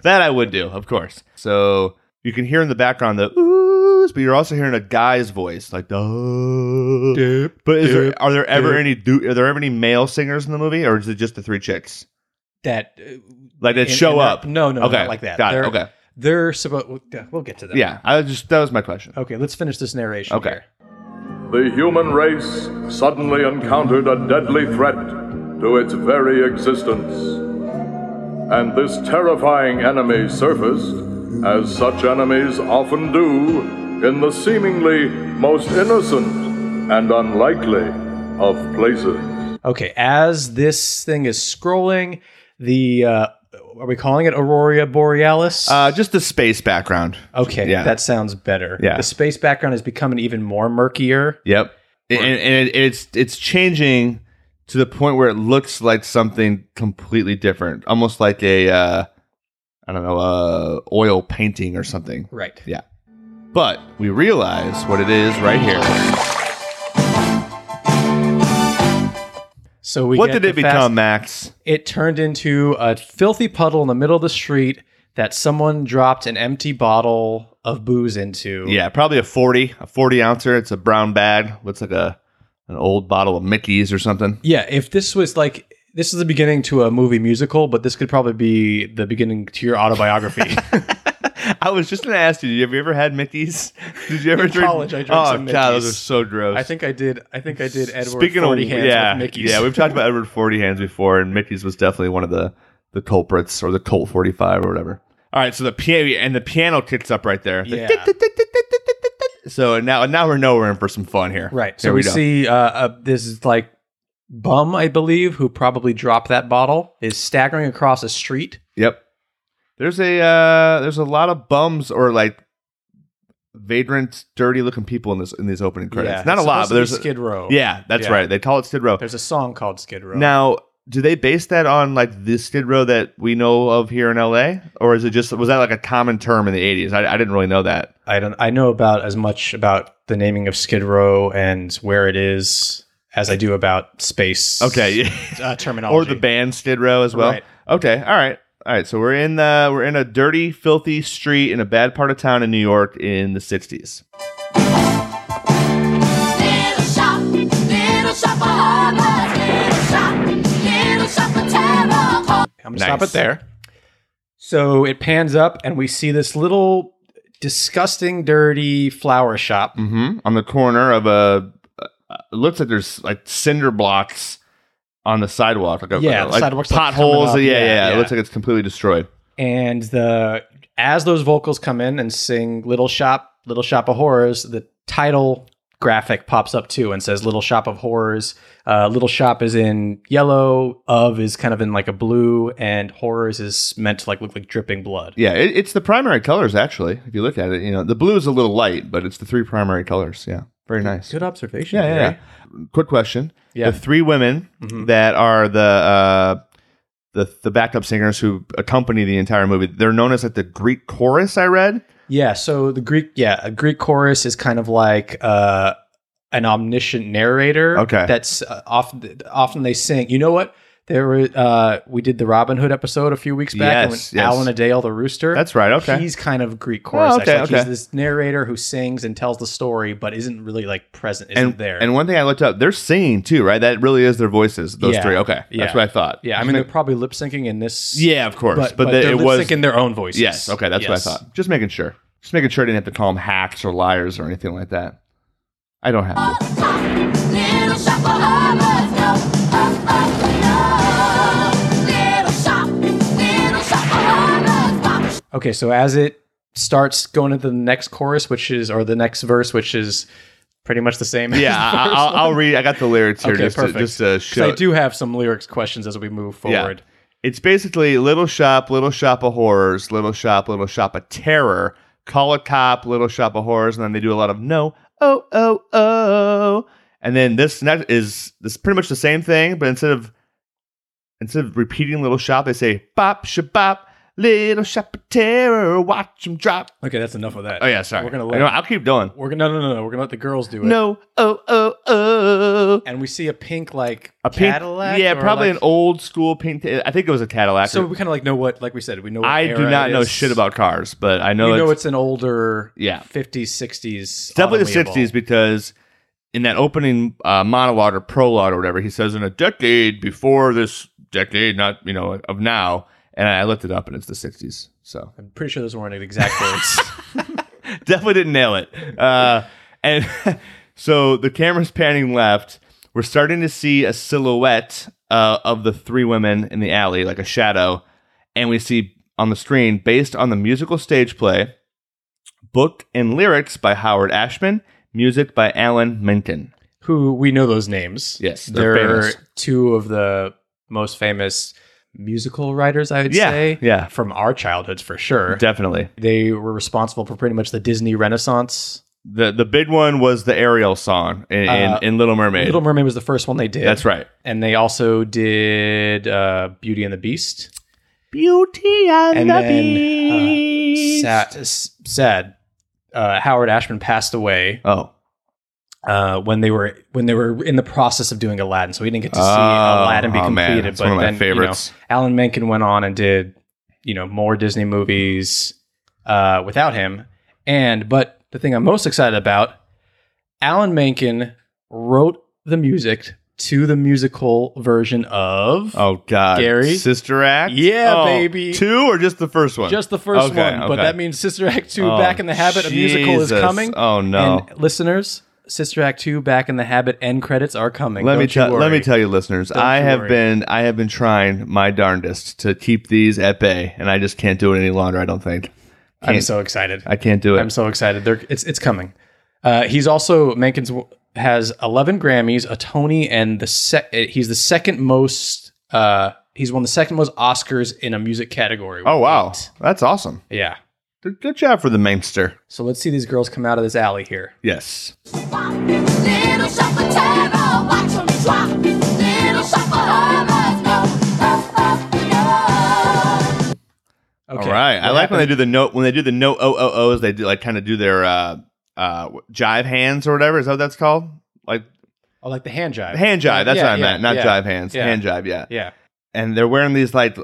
B: that I would do, of course. So you can hear in the background the oohs, but you're also hearing a guy's voice, like the. But is there, are there ever
A: dip.
B: any do are there ever any male singers in the movie, or is it just the three chicks
A: that uh,
B: like that
A: in-
B: show
A: in that-
B: up?
A: No, no,
B: okay,
A: not like that.
B: Got it.
A: they're,
B: Okay,
A: They're supposed. We'll get to that.
B: yeah. I was just that was my question.
A: Okay. Let's finish this narration.
B: Okay.
A: here.
D: the human race suddenly encountered a deadly threat to its very existence. And this terrifying enemy surfaced, as such enemies often do, in the seemingly most innocent and unlikely of places.
A: Okay, as this thing is scrolling, the uh, are we calling it Aurora Borealis?
B: Uh, just the space background.
A: okay,
B: yeah.
A: that sounds better.
B: Yeah.
A: The space background is becoming even more murkier.
B: Yep, and, and it, it's it's changing to the point where it looks like something completely different, almost like a uh, I don't know, uh, oil painting or something.
A: Right.
B: Yeah. But we realize what it is right here.
A: So we
B: What
A: get
B: did
A: the
B: it become,
A: fast-
B: Max?
A: It turned into a filthy puddle in the middle of the street that someone dropped an empty bottle of booze into.
B: Yeah, probably a 40, a 40 ouncer. It's a brown bag. Looks like a an old bottle of Mickey's or something.
A: Yeah, if this was like this is the beginning to a movie musical, but this could probably be the beginning to your autobiography.
B: I was just going to ask you, have you ever had Mickey's? Did you ever
A: In
B: drink?
A: college, I drank
B: oh,
A: some
B: God, those are
A: Mickey's.
B: so gross.
A: I think I did. I think I did. Edward
B: Speaking
A: 40
B: of,
A: hands
B: yeah,
A: with Mickey's.
B: yeah, we've talked about Edward Forty Hands before, and Mickey's was definitely one of the the culprits or the Colt Forty Five or whatever. All right, so the piano and the piano kicks up right there. The
A: Yeah.
B: tick, tick, tick, tick, tick, tick, tick, tick. So now now we're nowhere in for some fun here.
A: Right. So
B: Here
A: we,
B: go.
A: see uh, uh, this is like bum, I believe, who probably dropped that bottle, is staggering across a street.
B: Yep. There's a uh, there's a lot of bums or like vagrant, dirty looking people in this in these opening credits. Not a
A: it's
B: lot,
A: supposed to
B: but
A: be
B: there's a,
A: Skid Row.
B: yeah, that's
A: Yeah.
B: right. They call it Skid Row.
A: There's a song called Skid Row.
B: Now, do they base that on like the Skid Row that we know of here in LA, or is it just was that like a common term in the '80s? I, I didn't really know that.
A: I don't. I know about as much about the naming of Skid Row and where it is as I do about space.
B: Okay,
A: Uh, terminology
B: or the band Skid Row as well.
A: Right.
B: Okay, all right, all right. So we're in the we're in a dirty, filthy street in a bad part of town in New York in the '60s.
E: Little shop, little shop of horrors. Little shop, little shop of terror.
A: I'm gonna stop
B: Nice.
A: it there. So it pans up, and we see this little disgusting, dirty flower shop.
B: hmm on the corner of a. Uh, it looks like there's like cinder blocks on the sidewalk. Like a,
A: Yeah, the
B: like
A: sidewalk's, like, coming
B: potholes.
A: up.
B: yeah, yeah,
A: Yeah,
B: It
A: yeah.
B: looks like it's completely destroyed.
A: and the as those vocals come in and sing Little Shop, Little Shop of Horrors, the title graphic pops up too and says Little Shop of Horrors. Uh, Little Shop is in yellow, of is kind of in like a blue, and horrors is meant to like look like dripping blood.
B: Yeah, it, it's the primary colors actually. If you look at it, you know the blue is a little light, but it's the three primary colors. Yeah, very nice.
A: Good observation.
B: Yeah, yeah,
A: Gary.
B: yeah. Quick question:
A: Yeah. Mm-hmm.
B: the three women that are the uh, the the backup singers who accompany the entire movie, they're known as like the Greek chorus. I read.
A: Yeah, so the Greek, yeah, a Greek chorus is kind of like uh, an omniscient narrator.
B: Okay.
A: that's uh, often often they sing. You know what? There were uh, we did the Robin Hood episode a few weeks back. and
B: Yes,
A: when
B: yes.
A: Alan Adale, the rooster.
B: That's right, okay.
A: he's kind of Greek chorus.
B: Oh,
A: actually.
B: okay,
A: Like,
B: okay.
A: He's this narrator who sings and tells the story, but isn't really like present. Isn't
B: And
A: there?
B: and one thing I looked up, they're singing too, right? That really is their voices. Those
A: Yeah.
B: three. Okay,
A: Yeah.
B: that's what I thought.
A: yeah, I mean they're probably lip syncing in this.
B: yeah, of course,
A: but
B: but, the-
A: they're
B: it
A: lip
B: was
A: syncing their own voices.
B: yes. Okay, that's
A: Yes.
B: what I thought. Just making sure. Just making sure I didn't have to call them hacks or liars or anything like that. I don't have to.
E: Little shop of horrors, no, oh, oh, no. Little shop, little shop of horrors, pop
A: Okay, so as it starts going into the next chorus, which is or the next verse, which is pretty much the same.
B: Yeah, I, I'll, I'll read. I got the lyrics here
A: Okay,
B: just, to,
A: perfect.
B: just to
A: because
B: show.
A: I do have some lyrics questions as we move forward.
B: It's basically Little Shop, Little Shop of Horrors, Little Shop, Little Shop of Terror, Call a Cop, Little Shop of Horrors, and then they do a lot of no, oh, oh, oh. And then this next is this is pretty much the same thing, but instead of instead of repeating Little Shop, they say bop, shabop, Little Shop of Terror, watch 'em drop.
A: Okay, that's enough of that.
B: Oh yeah, sorry.
A: We're gonna
B: I
A: let
B: know, I'll keep going.
A: we're gonna no no no no, we're gonna let the girls do it.
B: No, oh, oh, oh.
A: and we see a pink like
B: A pink,
A: Cadillac.
B: yeah,
A: or,
B: probably
A: like-
B: an old school pink. I think it was a Cadillac.
A: So
B: or-
A: we kind of like know what like we said we know. What
B: I do
A: era
B: not
A: it
B: know
A: is.
B: shit about cars, but I know,
A: you
B: it's,
A: know it's an older
B: Yeah.
A: fifties sixties
B: definitely the '60s because in that opening uh, monologue or prologue or whatever, he says, "In a decade before this decade, not you know of now." And I looked it up, and it's the '60s. So
A: I'm pretty sure those weren't the exact words.
B: definitely didn't nail it. Uh, and so the camera's panning left. We're starting to see a silhouette uh, of the three women in the alley, like a shadow. And we see on the screen, based on the musical stage play, book and lyrics by Howard Ashman, music by Alan Menken.
A: who we know those names.
B: Yes,
A: they're,
B: they're famous.
A: two of the most famous musical writers, I would
B: Yeah,
A: say.
B: yeah.
A: from our childhoods for sure.
B: Definitely.
A: they were responsible for pretty much the Disney Renaissance.
B: The the big one was the Ariel song in,
A: Uh,
B: in, in Little Mermaid.
A: Little Mermaid was the first one they did.
B: That's right.
A: And they also did uh, Beauty and the Beast.
B: Beauty and,
A: And
B: the
A: then, uh,
B: Beast.
A: Sad. s- sad. Uh, Howard Ashman passed away
B: oh,
A: uh, when they were when they were in the process of doing Aladdin, so we didn't get to see
B: Oh,
A: Aladdin be
B: oh, man.
A: completed.
B: It's
A: but
B: one of my
A: then
B: favorites.
A: You know, Alan Menken went on and did you know more Disney movies uh, without him. And but the thing I'm most excited about, Alan Menken wrote the music to the musical version of
B: Oh God,
A: Gary?
B: Sister Act,
A: Yeah,
B: Oh,
A: baby.
B: Two or just the first one?
A: just the first
B: Okay,
A: one. But
B: okay.
A: that means Sister Act Two,
B: Oh,
A: Back in the Habit, a musical is
B: Jesus.
A: coming.
B: Oh, no.
A: And listeners, Sister Act Two, Back in the Habit, end credits are coming.
B: let
A: Don't
B: me
A: you
B: tell let me
A: worry.
B: tell you, listeners, I
A: you
B: have
A: worry.
B: been I have been trying my darndest to keep these at bay, and I just can't do it any longer. I don't think
A: I'm so excited.
B: I can't do it.
A: I'm so excited. They're, it's it's coming. Uh, he's also Mankin's w- has 11 Grammys, a Tony, and the sec- eh, he's the second most. Uh, he's won the second most Oscars in a music category.
B: oh wow,
A: Eight.
B: that's awesome.
A: yeah.
B: Good, good job for the mainster.
A: So let's see these girls come out of this alley here.
B: Yes,
E: Little shop of terror, watch 'em drop. Little shop of horrors, no, oh, oh, no.
A: Okay.
B: all right. I
A: What
B: like when they
A: happened-
B: do the note when they do the no oh oh ohs. They do like kind of do their uh uh jive hands or whatever. Is that what that's called? Like
A: Oh, like the hand jive.
B: hand jive. That's
A: Yeah,
B: what I
A: yeah,
B: meant. Not
A: yeah.
B: jive hands.
A: Yeah.
B: Hand jive. Yeah.
A: Yeah.
B: and they're wearing these like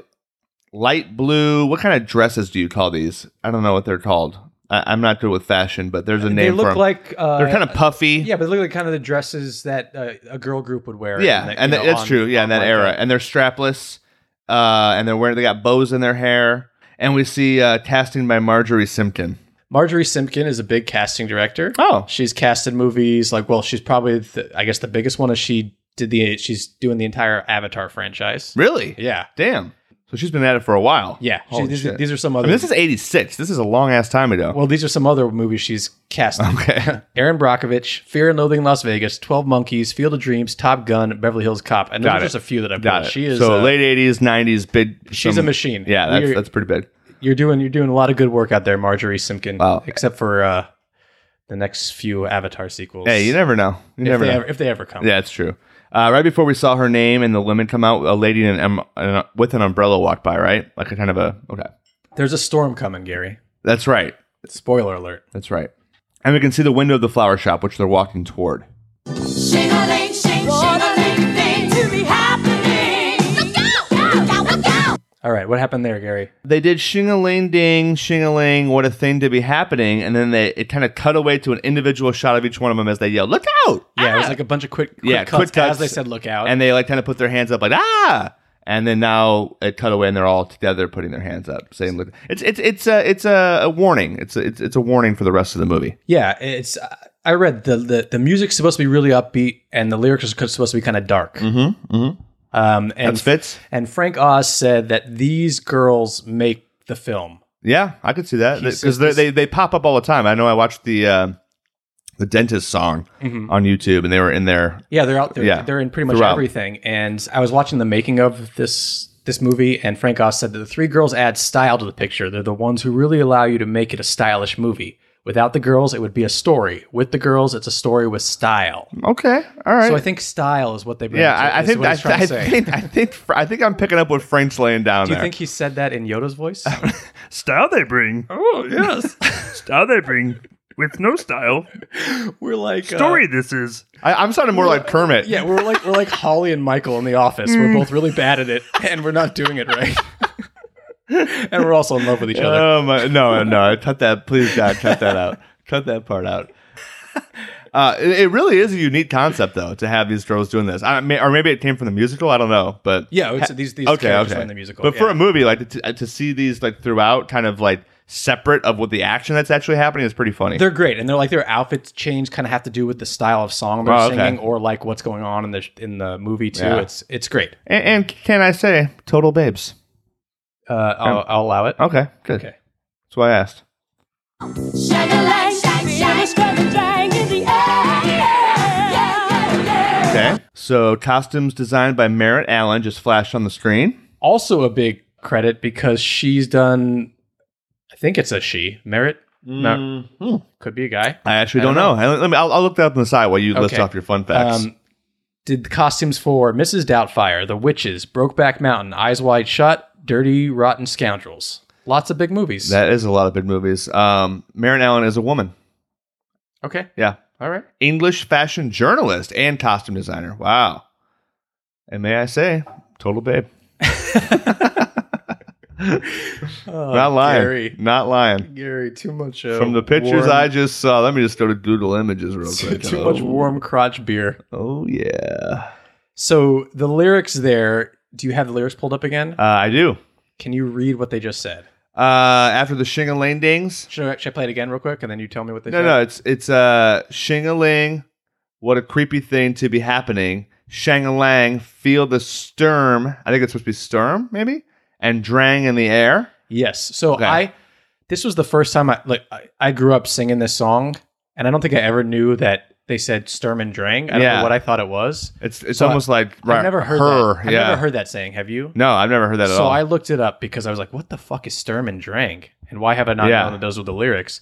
B: light blue. What kind of dresses do you call these? I don't know what they're called. I, I'm not good with fashion, but there's a
A: They
B: name for
A: look
B: 'em.
A: like uh,
B: they're kind of puffy.
A: yeah, but they look like kind of the dresses that uh, a girl group would wear.
B: yeah,
A: in the-
B: and
A: you
B: that,
A: know,
B: that's
A: on-
B: true. Yeah, in
A: on
B: that
A: like
B: era,
A: a-
B: and they're strapless, uh, and they're wearing they got bows in their hair, and we see uh, casting by Marjorie Simpkin.
A: Marjorie Simpkin is a big casting director.
B: Oh.
A: she's casted movies like well, she's probably the, I guess the biggest one is she did the she's doing the entire Avatar franchise.
B: Really?
A: Yeah,
B: Damn. So she's been at it for a while.
A: Yeah, she-
B: Holy
A: these,
B: shit.
A: these are some
B: I
A: other.
B: mean, this is 86. This is a long ass time ago.
A: well, these are some other movies she's cast. in.
B: okay.
A: Aaron Brockovich, Fear and Loathing in Las Vegas, Twelve Monkeys, Field of Dreams, Top Gun, Beverly Hills Cop, and those
B: Got
A: are
B: it.
A: just a few that I've
B: Got
A: got.
B: it.
A: She is
B: so
A: uh,
B: late 80s, 90s, big.
A: She's
B: some-
A: a machine.
B: Yeah, that's,
A: You're-
B: that's pretty big.
A: You're doing you're doing a lot of good work out there, Marjorie Simpkin.
B: Wow.
A: Except for uh, the next few Avatar sequels.
B: Hey, you never know.
A: if
B: You never
A: they
B: know.
A: ever, if they ever come.
B: Yeah, it's true. Uh, right before we saw her name and the limit come out, a lady in an, um, an, with an umbrella walked by, right? Like a kind of a okay.
A: There's a storm coming, Gary.
B: That's right.
A: Spoiler alert.
B: That's right. And we can see the window of the flower shop, which they're walking toward.
E: Shing-a-ling, shing, shing-a-ling, thing to be happening. Look out! Look out! Look out!
A: All right, what happened there, Gary?
B: They did shing-a-ling ding, shing-a-ling, what a thing to be happening, and then they it kind of cut away to an individual shot of each one of them as they yell, "Look out!"
A: Yeah, it was
B: Ah!"
A: like a bunch of quick, quick
B: Yeah,
A: cuts,
B: quick cuts.
A: as they said, "Look out!"
B: and they like kind of put their hands up like ah and then now it cut away and they're all together putting their hands up saying look it's it's it's a it's a, a warning it's a, it's it's a warning for the rest of the movie
A: yeah, it's. Uh, I read the, the the music's supposed to be really upbeat, and the lyrics are supposed to be kind of dark. Mm-hmm. mm-hmm. Um, and
B: That fits.
A: And Frank Oz said that these girls make the film.
B: yeah i could see that because
A: says
B: they,
A: this-
B: they they pop up all the time i know i watched the uh, the dentist song
A: Mm-hmm.
B: on youtube and they were in there
A: Yeah, they're out there.
B: Yeah.
A: They're in pretty much
B: Throughout.
A: everything. And I was watching the making of this this movie, and Frank Oz said that the three girls add style to the picture. They're the ones who really allow you to make it a stylish movie. Without the girls, it would be a story. With the girls, it's a story with style.
B: okay all right
A: So I think style is what they bring.
B: yeah
A: to-
B: I, I
A: is
B: think
A: what
B: I,
A: he's trying
B: I
A: to say.
B: think I think Fra- I think I'm picking up what Frank's laying down
A: Do you
B: there.
A: think he said that in Yoda's voice?
F: style they bring. Oh yes, style they bring with no style.
A: we're like
B: uh,
F: Story this is.
B: I, I'm sounding more like Kermit.
A: yeah, we're like we're like Holly and Michael in the office. We're both really bad at it, and we're not doing it right. and we're also in love with each other.
B: Oh my! No, no, cut that! Please, God, cut that out. Cut that part out. Uh, it, it really is a unique concept, though, to have these girls doing this. I may, or maybe it came from the musical. I don't know, but
A: Yeah, it's- these- these characters were in the musical,
B: But for
A: yeah.
B: a movie, like to, to see these like throughout, kind of like separate of what the action that's actually happening is pretty funny.
A: They're great, and they're like their outfits change kind of have to do with the style of song they're
B: Oh, okay.
A: singing or like what's going on in the in the movie too.
B: Yeah.
A: It's it's great.
B: and, and can I say, total babes?
A: Uh,
B: Um,
A: I'll, I'll allow it.
B: Okay, good.
A: Okay.
B: That's why I asked.
E: Shing-a-ling, shing, shing. Yeah, yeah, yeah.
B: Okay, so costumes designed by Merritt Allen just flashed on the screen.
A: Also, a big credit because she's done. I think it's a she. Merritt Mer- could be a guy.
B: I actually don't,
A: don't
B: know. I- Let me, I'll, I'll look that up on the side while you list
A: Okay.
B: off your fun facts.
A: Um, did the costumes for Mrs. Doubtfire, The Witches, Brokeback Mountain, Eyes Wide Shut, Dirty Rotten Scoundrels. Lots of big movies.
B: That is a lot of big movies. Um, Marin Allen is a woman.
A: okay.
B: Yeah.
A: All right.
B: English fashion journalist and costume designer. Wow. And may I say, total babe. Not lying.
A: Oh, Gary.
B: Not lying.
A: Gary, too much. Uh,
B: From the pictures I Oh. just saw, let me just go to Google Images real quick.
A: too much warm crotch beer.
B: Oh, yeah.
A: So the lyrics there. Do you have the lyrics pulled up again?
B: Uh, I do.
A: Can you read what they just said?
B: Uh, after the Shing a Lane dings,
A: Should I, should I play it again real quick and then you tell me what they
B: No,
A: said?
B: no, it's it's uh shing-a-ling, what a creepy thing to be happening. Shang-a-lang, feel the sturm. I think it's supposed to be sturm, maybe? And drang in the air.
A: Yes. So
B: Okay.
A: I, this was the first time I like I, I grew up singing this song, and I don't think I ever knew that they said Sturm and Drang. I don't
B: Yeah.
A: know what I thought it was.
B: It's it's
A: So I-
B: almost like right,
A: I've never heard
B: her.
A: that. I've
B: yeah.
A: never heard that saying. Have you?
B: no, I've never heard that at
A: So
B: all.
A: I looked it up because I was like, what the fuck is Sturm and Drang? And why have I not
B: Yeah.
A: known that those were the lyrics?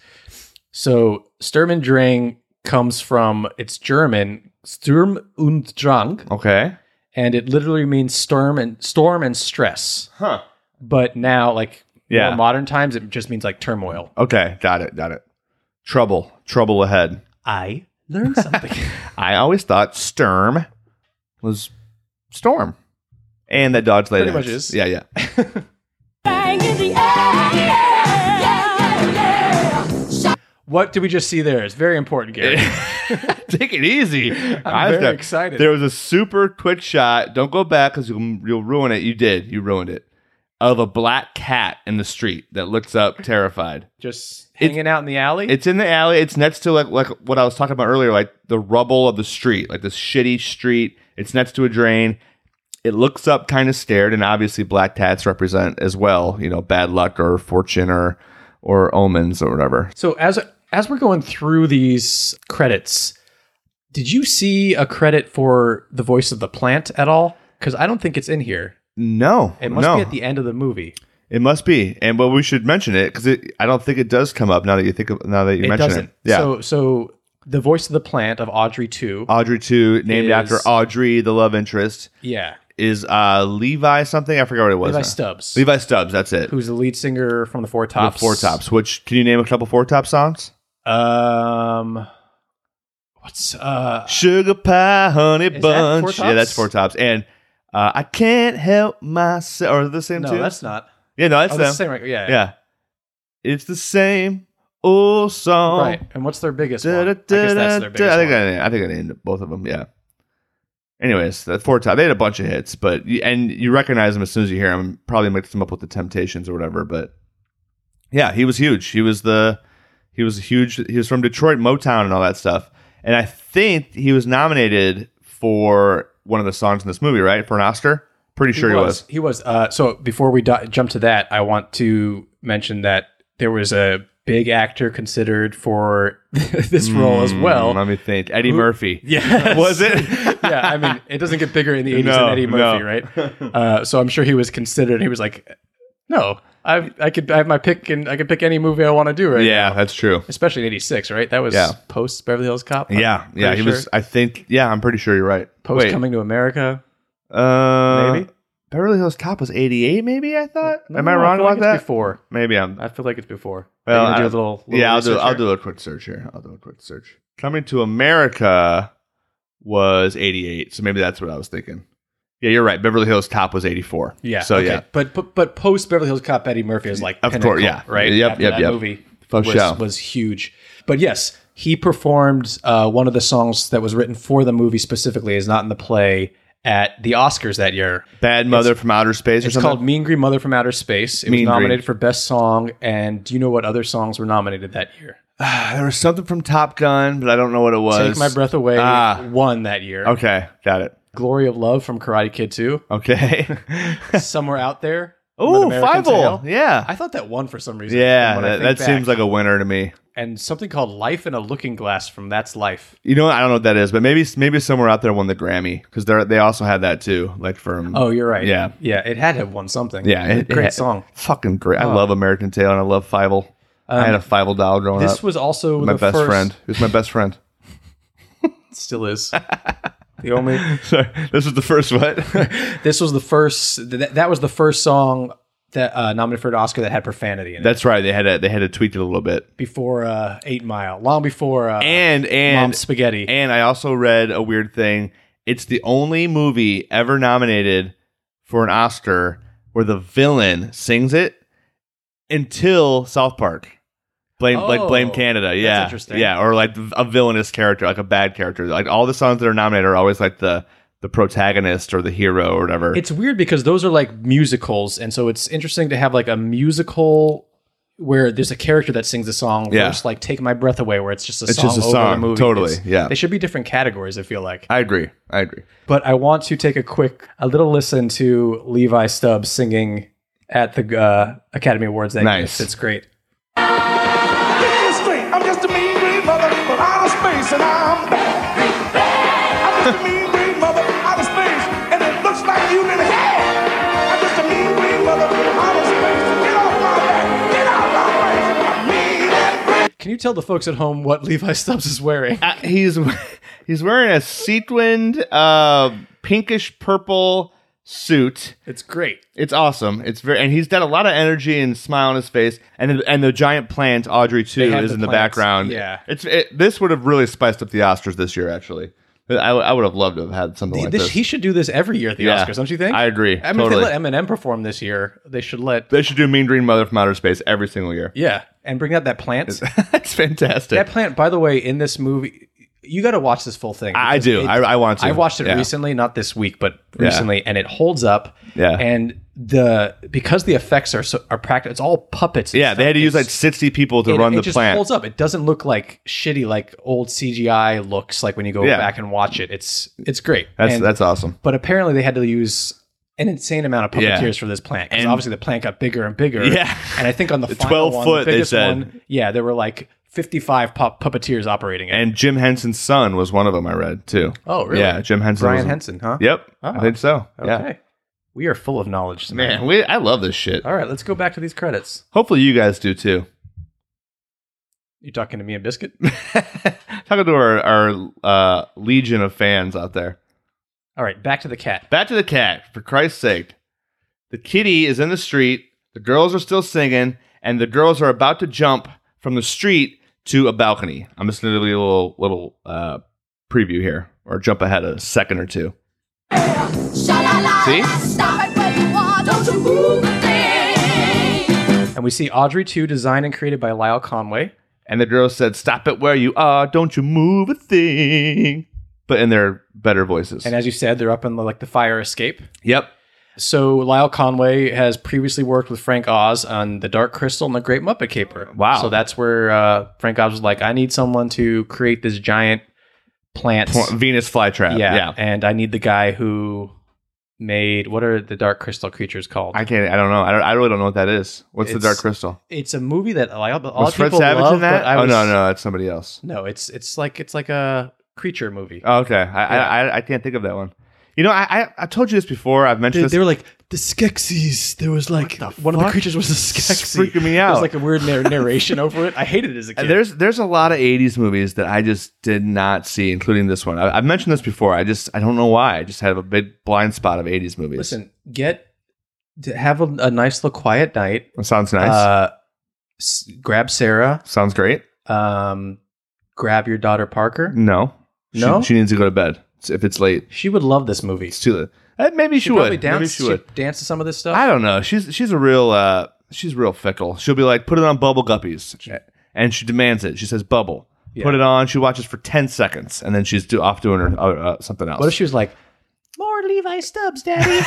A: So Sturm and Drang comes from, it's German, Sturm und Drang,
B: okay.
A: and it literally means storm and storm and stress.
B: Huh.
A: But now, like
B: Yeah.
A: more modern times, it just means like turmoil.
B: Okay, got it, got it. Trouble. Trouble ahead.
A: I learned something.
B: I always thought sturm was storm. And that dodge later.
A: much is.
B: Yeah, yeah.
E: Bang in the air. Yeah, yeah, yeah.
A: what did we just see there? It's very important, Gary.
B: Take it easy. I'm
A: very excited.
B: There was a super quick shot. Don't go back because you'll, you'll ruin it. You did. You ruined it. Of a black cat in the street that looks up terrified.
A: just hanging out in the alley.
B: It's in the alley. It's next to like like what I was talking about earlier, like the rubble of the street, like this shitty street. It's next to a drain. It looks up kind of scared, and obviously black tats represent as well, you know, bad luck or fortune or or omens or whatever.
A: So as as we're going through these credits, did you see a credit for the voice of the plant at all? Because I don't think it's in here.
B: No,
A: It must
B: no.
A: be at the end of the movie.
B: It must be, and but we should mention it because I don't think it does come up now that you think of, now that you
A: It
B: mention
A: doesn't.
B: it. Yeah, Uh,
A: So so the voice of the plant of Audrey two.
B: Audrey two, named
A: Is-
B: after Audrey, the love interest,
A: yeah.
B: is uh Levi something. I forgot what it was.
A: Levi
B: now.
A: Stubbs,
B: Levi Stubbs. That's it.
A: who's the lead singer from the Four
B: The
A: Tops.
B: Four Tops. Which can you name a couple Four Top songs?
A: Um, what's uh?
B: Sugar pie, honey
A: that Four
B: bunch.
A: Tops?
B: yeah, that's Four Tops. And uh, I can't help myself. Or the same
A: No,
B: two.
A: that's not.
B: yeah, no, that's
A: oh,
B: them.
A: that's the same. Right? Yeah.
B: Yeah, it's the same old song.
A: Right. And what's their biggest
B: Da,
A: one?
B: da,
A: I guess that's
B: da,
A: their
B: da.
A: biggest
B: Oh. I think
A: one.
B: I, I think I named both of them. Yeah. Anyways, that four top. They had a bunch of hits, but you- and you recognize them as soon as you hear them. Probably mixed them up with the Temptations or whatever. But yeah, he was huge. He was the he was huge. He was from Detroit Motown and all that stuff. And I think he was nominated for one of the songs in this movie, right? For an Oscar. Pretty sure he was.
A: He was. Uh, so before we do- jump to that, I want to mention that there was a big actor considered for this role as well.
B: Mm, let me think. Eddie Murphy.
A: Yes.
B: Was it?
A: yeah, I mean, it doesn't get bigger in the 80s
B: No,
A: than Eddie Murphy,
B: no.
A: right? Uh, so I'm sure he was considered. He was like, no, I I could I have my pick and I could pick any movie I want to do right
B: Yeah, that's true.
A: Especially in 86, right? That was
B: Yeah.
A: post Beverly Hills Cop. I'm
B: Yeah, yeah. He
A: pretty
B: was.
A: sure.
B: I think. Yeah, I'm pretty sure you're right.
A: post
B: Wait.
A: coming to America.
B: Uh,
A: Maybe?
B: Beverly Hills Cop was '88, maybe. I thought. Am
A: No,
B: I
A: feel like
B: wrong about
A: it's
B: that?
A: Before.
B: Maybe I'm.
A: I feel like it's before.
B: Well,
A: Are you gonna
B: I-
A: do a little, little
B: yeah, I'll do.
A: research
B: I'll
A: here?
B: do a quick search here. I'll do a quick search. Coming to America was '88, so maybe that's what I was thinking. Yeah, you're right. Beverly Hills Cop was '84.
A: Yeah.
B: So
A: okay.
B: yeah,
A: but but, but post Beverly Hills Cop, Eddie Murphy is like
B: Of
A: pinnacle,
B: course, yeah.
A: right.
B: Yep,
A: After
B: yep,
A: that
B: yep.
A: Movie
B: For
A: was
B: sure.
A: was huge, but yes, he performed uh, one of the songs that was written for the movie specifically is not in the play at the Oscars that year.
B: Bad Mother from Outer Space or
A: It's
B: something.
A: called Mean Green Mother from Outer Space. It
B: Mean
A: was
B: Green.
A: nominated for best song, and do you know what other songs were nominated that year?
B: there was something from Top Gun, but I don't know what it was.
A: Take My Breath Away
B: Uh, Ah.
A: won that year.
B: Okay, got it.
A: Glory of Love from Karate Kid 2.
B: Okay.
A: Somewhere out there. from an
B: oh,
A: American Tale.
B: Fievel. Yeah.
A: I thought that won for some reason.
B: yeah,
A: when I
B: that,
A: think
B: that seems
A: back.
B: like a winner to me.
A: and something called Life in a Looking Glass from That's Life.
B: You know, I don't know what that is, but maybe maybe somewhere out there won the Grammy because they they also had that too, like from
A: Oh, you're right.
B: Yeah.
A: yeah, it had to have won something.
B: yeah, it-
A: great
B: it-
A: song. Uh,
B: fucking great. I love American Tail and I love Fievel. I had a Fievel doll growing
A: um, This
B: up.
A: was also
B: my
A: the
B: best
A: first,
B: friend. It was my best friend.
A: Still is. The only
B: Sorry, this was the first what?
A: this was the first that, that was the first song that uh, nominated for an Oscar that had profanity in it
B: That's right. They had a, they had to tweak it a little bit.
A: before uh, Eight Mile, long before uh,
B: And and
A: Mom Spaghetti.
B: and I also read a weird thing. It's the only movie ever nominated for an Oscar where the villain sings it until South Park. Blame like
A: Oh,
B: blame Canada, yeah,
A: interesting.
B: yeah, or like a villainous character, like a bad character. Like all the songs that are nominated are always like the the protagonist or the hero or whatever.
A: it's weird because those are like musicals, and so it's interesting to have like a musical where there's a character that sings a song
B: Yeah.
A: versus like Take My Breath Away, where it's just a
B: It's
A: song
B: just a
A: over the
B: song,
A: movie.
B: totally,
A: It's-
B: yeah.
A: they should be different categories. I feel like,
B: I agree, I agree.
A: but I want to take a quick, a little listen to Levi Stubbs singing at the uh, Academy Awards. That
B: Nice.
A: year. it's great.
G: Get this straight. I'm just a mean green mother from outer space, and I'm bad. I'm just a mean green mother from outer space, and it looks like you in hell. I'm just a mean green mother from outer space. Get off my back. Get off my face. Mean and green.
A: Can you tell the folks at home what Levi Stubbs is wearing?
B: Uh, he's he's wearing a sequined, uh, pinkish purple suit.
A: It's great.
B: It's awesome. It's very, and he's got a lot of energy and smile on his face, and and the giant plant Audrey too
A: have
B: is
A: the
B: in the
A: plants,
B: background.
A: yeah.
B: it's it, this would have really spiced up the Oscars this year. Actually, I, I would have loved to have had something like
A: This-
B: this.
A: he should do this every year at the
B: Yeah.
A: Oscars, don't you think?
B: I agree,
A: I mean,
B: totally.
A: if they let Eminem perform this year, they should let
B: they should do Mean Green Mother from Outer Space every single year.
A: yeah, and bring out that plant.
B: That's fantastic.
A: that plant, by the way, in this movie, you got to watch this full thing.
B: I I
A: because
B: do.
A: it-
B: I, I want to.
A: I watched it
B: Yeah.
A: recently, not this week, but recently, and it holds up.
B: Yeah.
A: And the because the effects are so are practical. It's all puppets. and
B: Yeah, they
A: stuff,
B: had to use
A: it's-
B: like 60 people to
A: it-
B: run
A: it
B: the
A: just
B: plant.
A: holds up. It doesn't look like shitty like old CGI looks like when you go
B: Yeah.
A: back and watch it. It's it's great.
B: That's
A: And-
B: that's awesome.
A: But apparently they had to use an insane amount of
B: Yeah.
A: puppeteers for this plant because
B: And-
A: obviously the plant got bigger and bigger.
B: Yeah.
A: and I think on the
B: The
A: final
B: 12
A: one,
B: foot,
A: the
B: they
A: biggest
B: said.
A: one, yeah, there were like fifty-five pu- puppeteers operating it.
B: And Jim Henson's son was one of them I read too.
A: oh, really?
B: Yeah, Jim Henson. was
A: Brian
B: a-
A: Henson, huh?
B: Yep.
A: Ah.
B: I think so. Yeah.
A: Okay. We are full of knowledge, tonight.
B: Man, we, I love this shit.
A: All right, let's go back to these credits.
B: Hopefully you guys do too.
A: You talking to me and Biscuit?
B: Talking to our, our uh, legion of fans out there.
A: All right, back to the cat.
B: Back to the cat, for Christ's sake. The kitty is in the street, the girls are still singing, and the girls are about to jump from the street to a balcony. I'm just gonna do a little little uh, preview here, or jump ahead a second or two. See?
E: See? Stop it where you are. Don't you move a thing.
A: And we see Audrey 2, designed and created by Lyle Conway.
B: And the girls said, Stop it where you are, don't you move a thing. But in their better voices.
A: And as you said, they're up in the, like the fire escape.
B: yep.
A: So Lyle Conway has previously worked with Frank Oz on The Dark Crystal and The Great Muppet Caper.
B: Wow.
A: So that's where uh, Frank Oz was like, I need someone to create this giant plant.
B: Venus flytrap.
A: yeah,
B: yeah.
A: And I need the guy who made what are the Dark Crystal creatures called?
B: I can't. I don't know. I, don't, I really don't know what that is. What's the
A: It's-
B: dark crystal?
A: it's a movie that a lot a lot
B: Was
A: of people
B: Fred Savage
A: love,
B: in that?
A: but I was,
B: oh no, no, that's somebody else.
A: No, it's it's like it's like a creature movie.
B: Oh, okay, I, I, I I can't think of that one. You know, I I, I told you this before. I've mentioned
A: They,
B: this.
A: they were like the Skeksis. There was like one of the creatures was a Skeksis.
B: freaking me out.
A: There's like a weird narr- narration over it. I hated it as a kid.
B: Uh, there's there's a lot of '80s movies that I just did not see, including this one. I, I've mentioned this before. I just I don't know why. I just have a big blind spot of '80s movies.
A: Listen, get to have a, a nice little quiet night.
B: That sounds nice.
A: Uh, s- grab Sarah.
B: sounds great.
A: Um, grab your daughter Parker.
B: No, She-
A: No?
B: she, needs to go to bed if it's late.
A: She would love this movie.
B: It's too late. Eh, Maybe she,
A: probably
B: would. Maybe
A: dance.
B: she would.
A: she'd dance to some of this stuff.
B: I don't know. She's she's a real uh she's real fickle. She'll be like, put it on bubble guppies, and she demands it. She says bubble. Put it on. She watches for ten seconds, and then she's do, off doing her uh, uh, something else.
A: what if she was like, "More Levi Stubbs, Daddy"?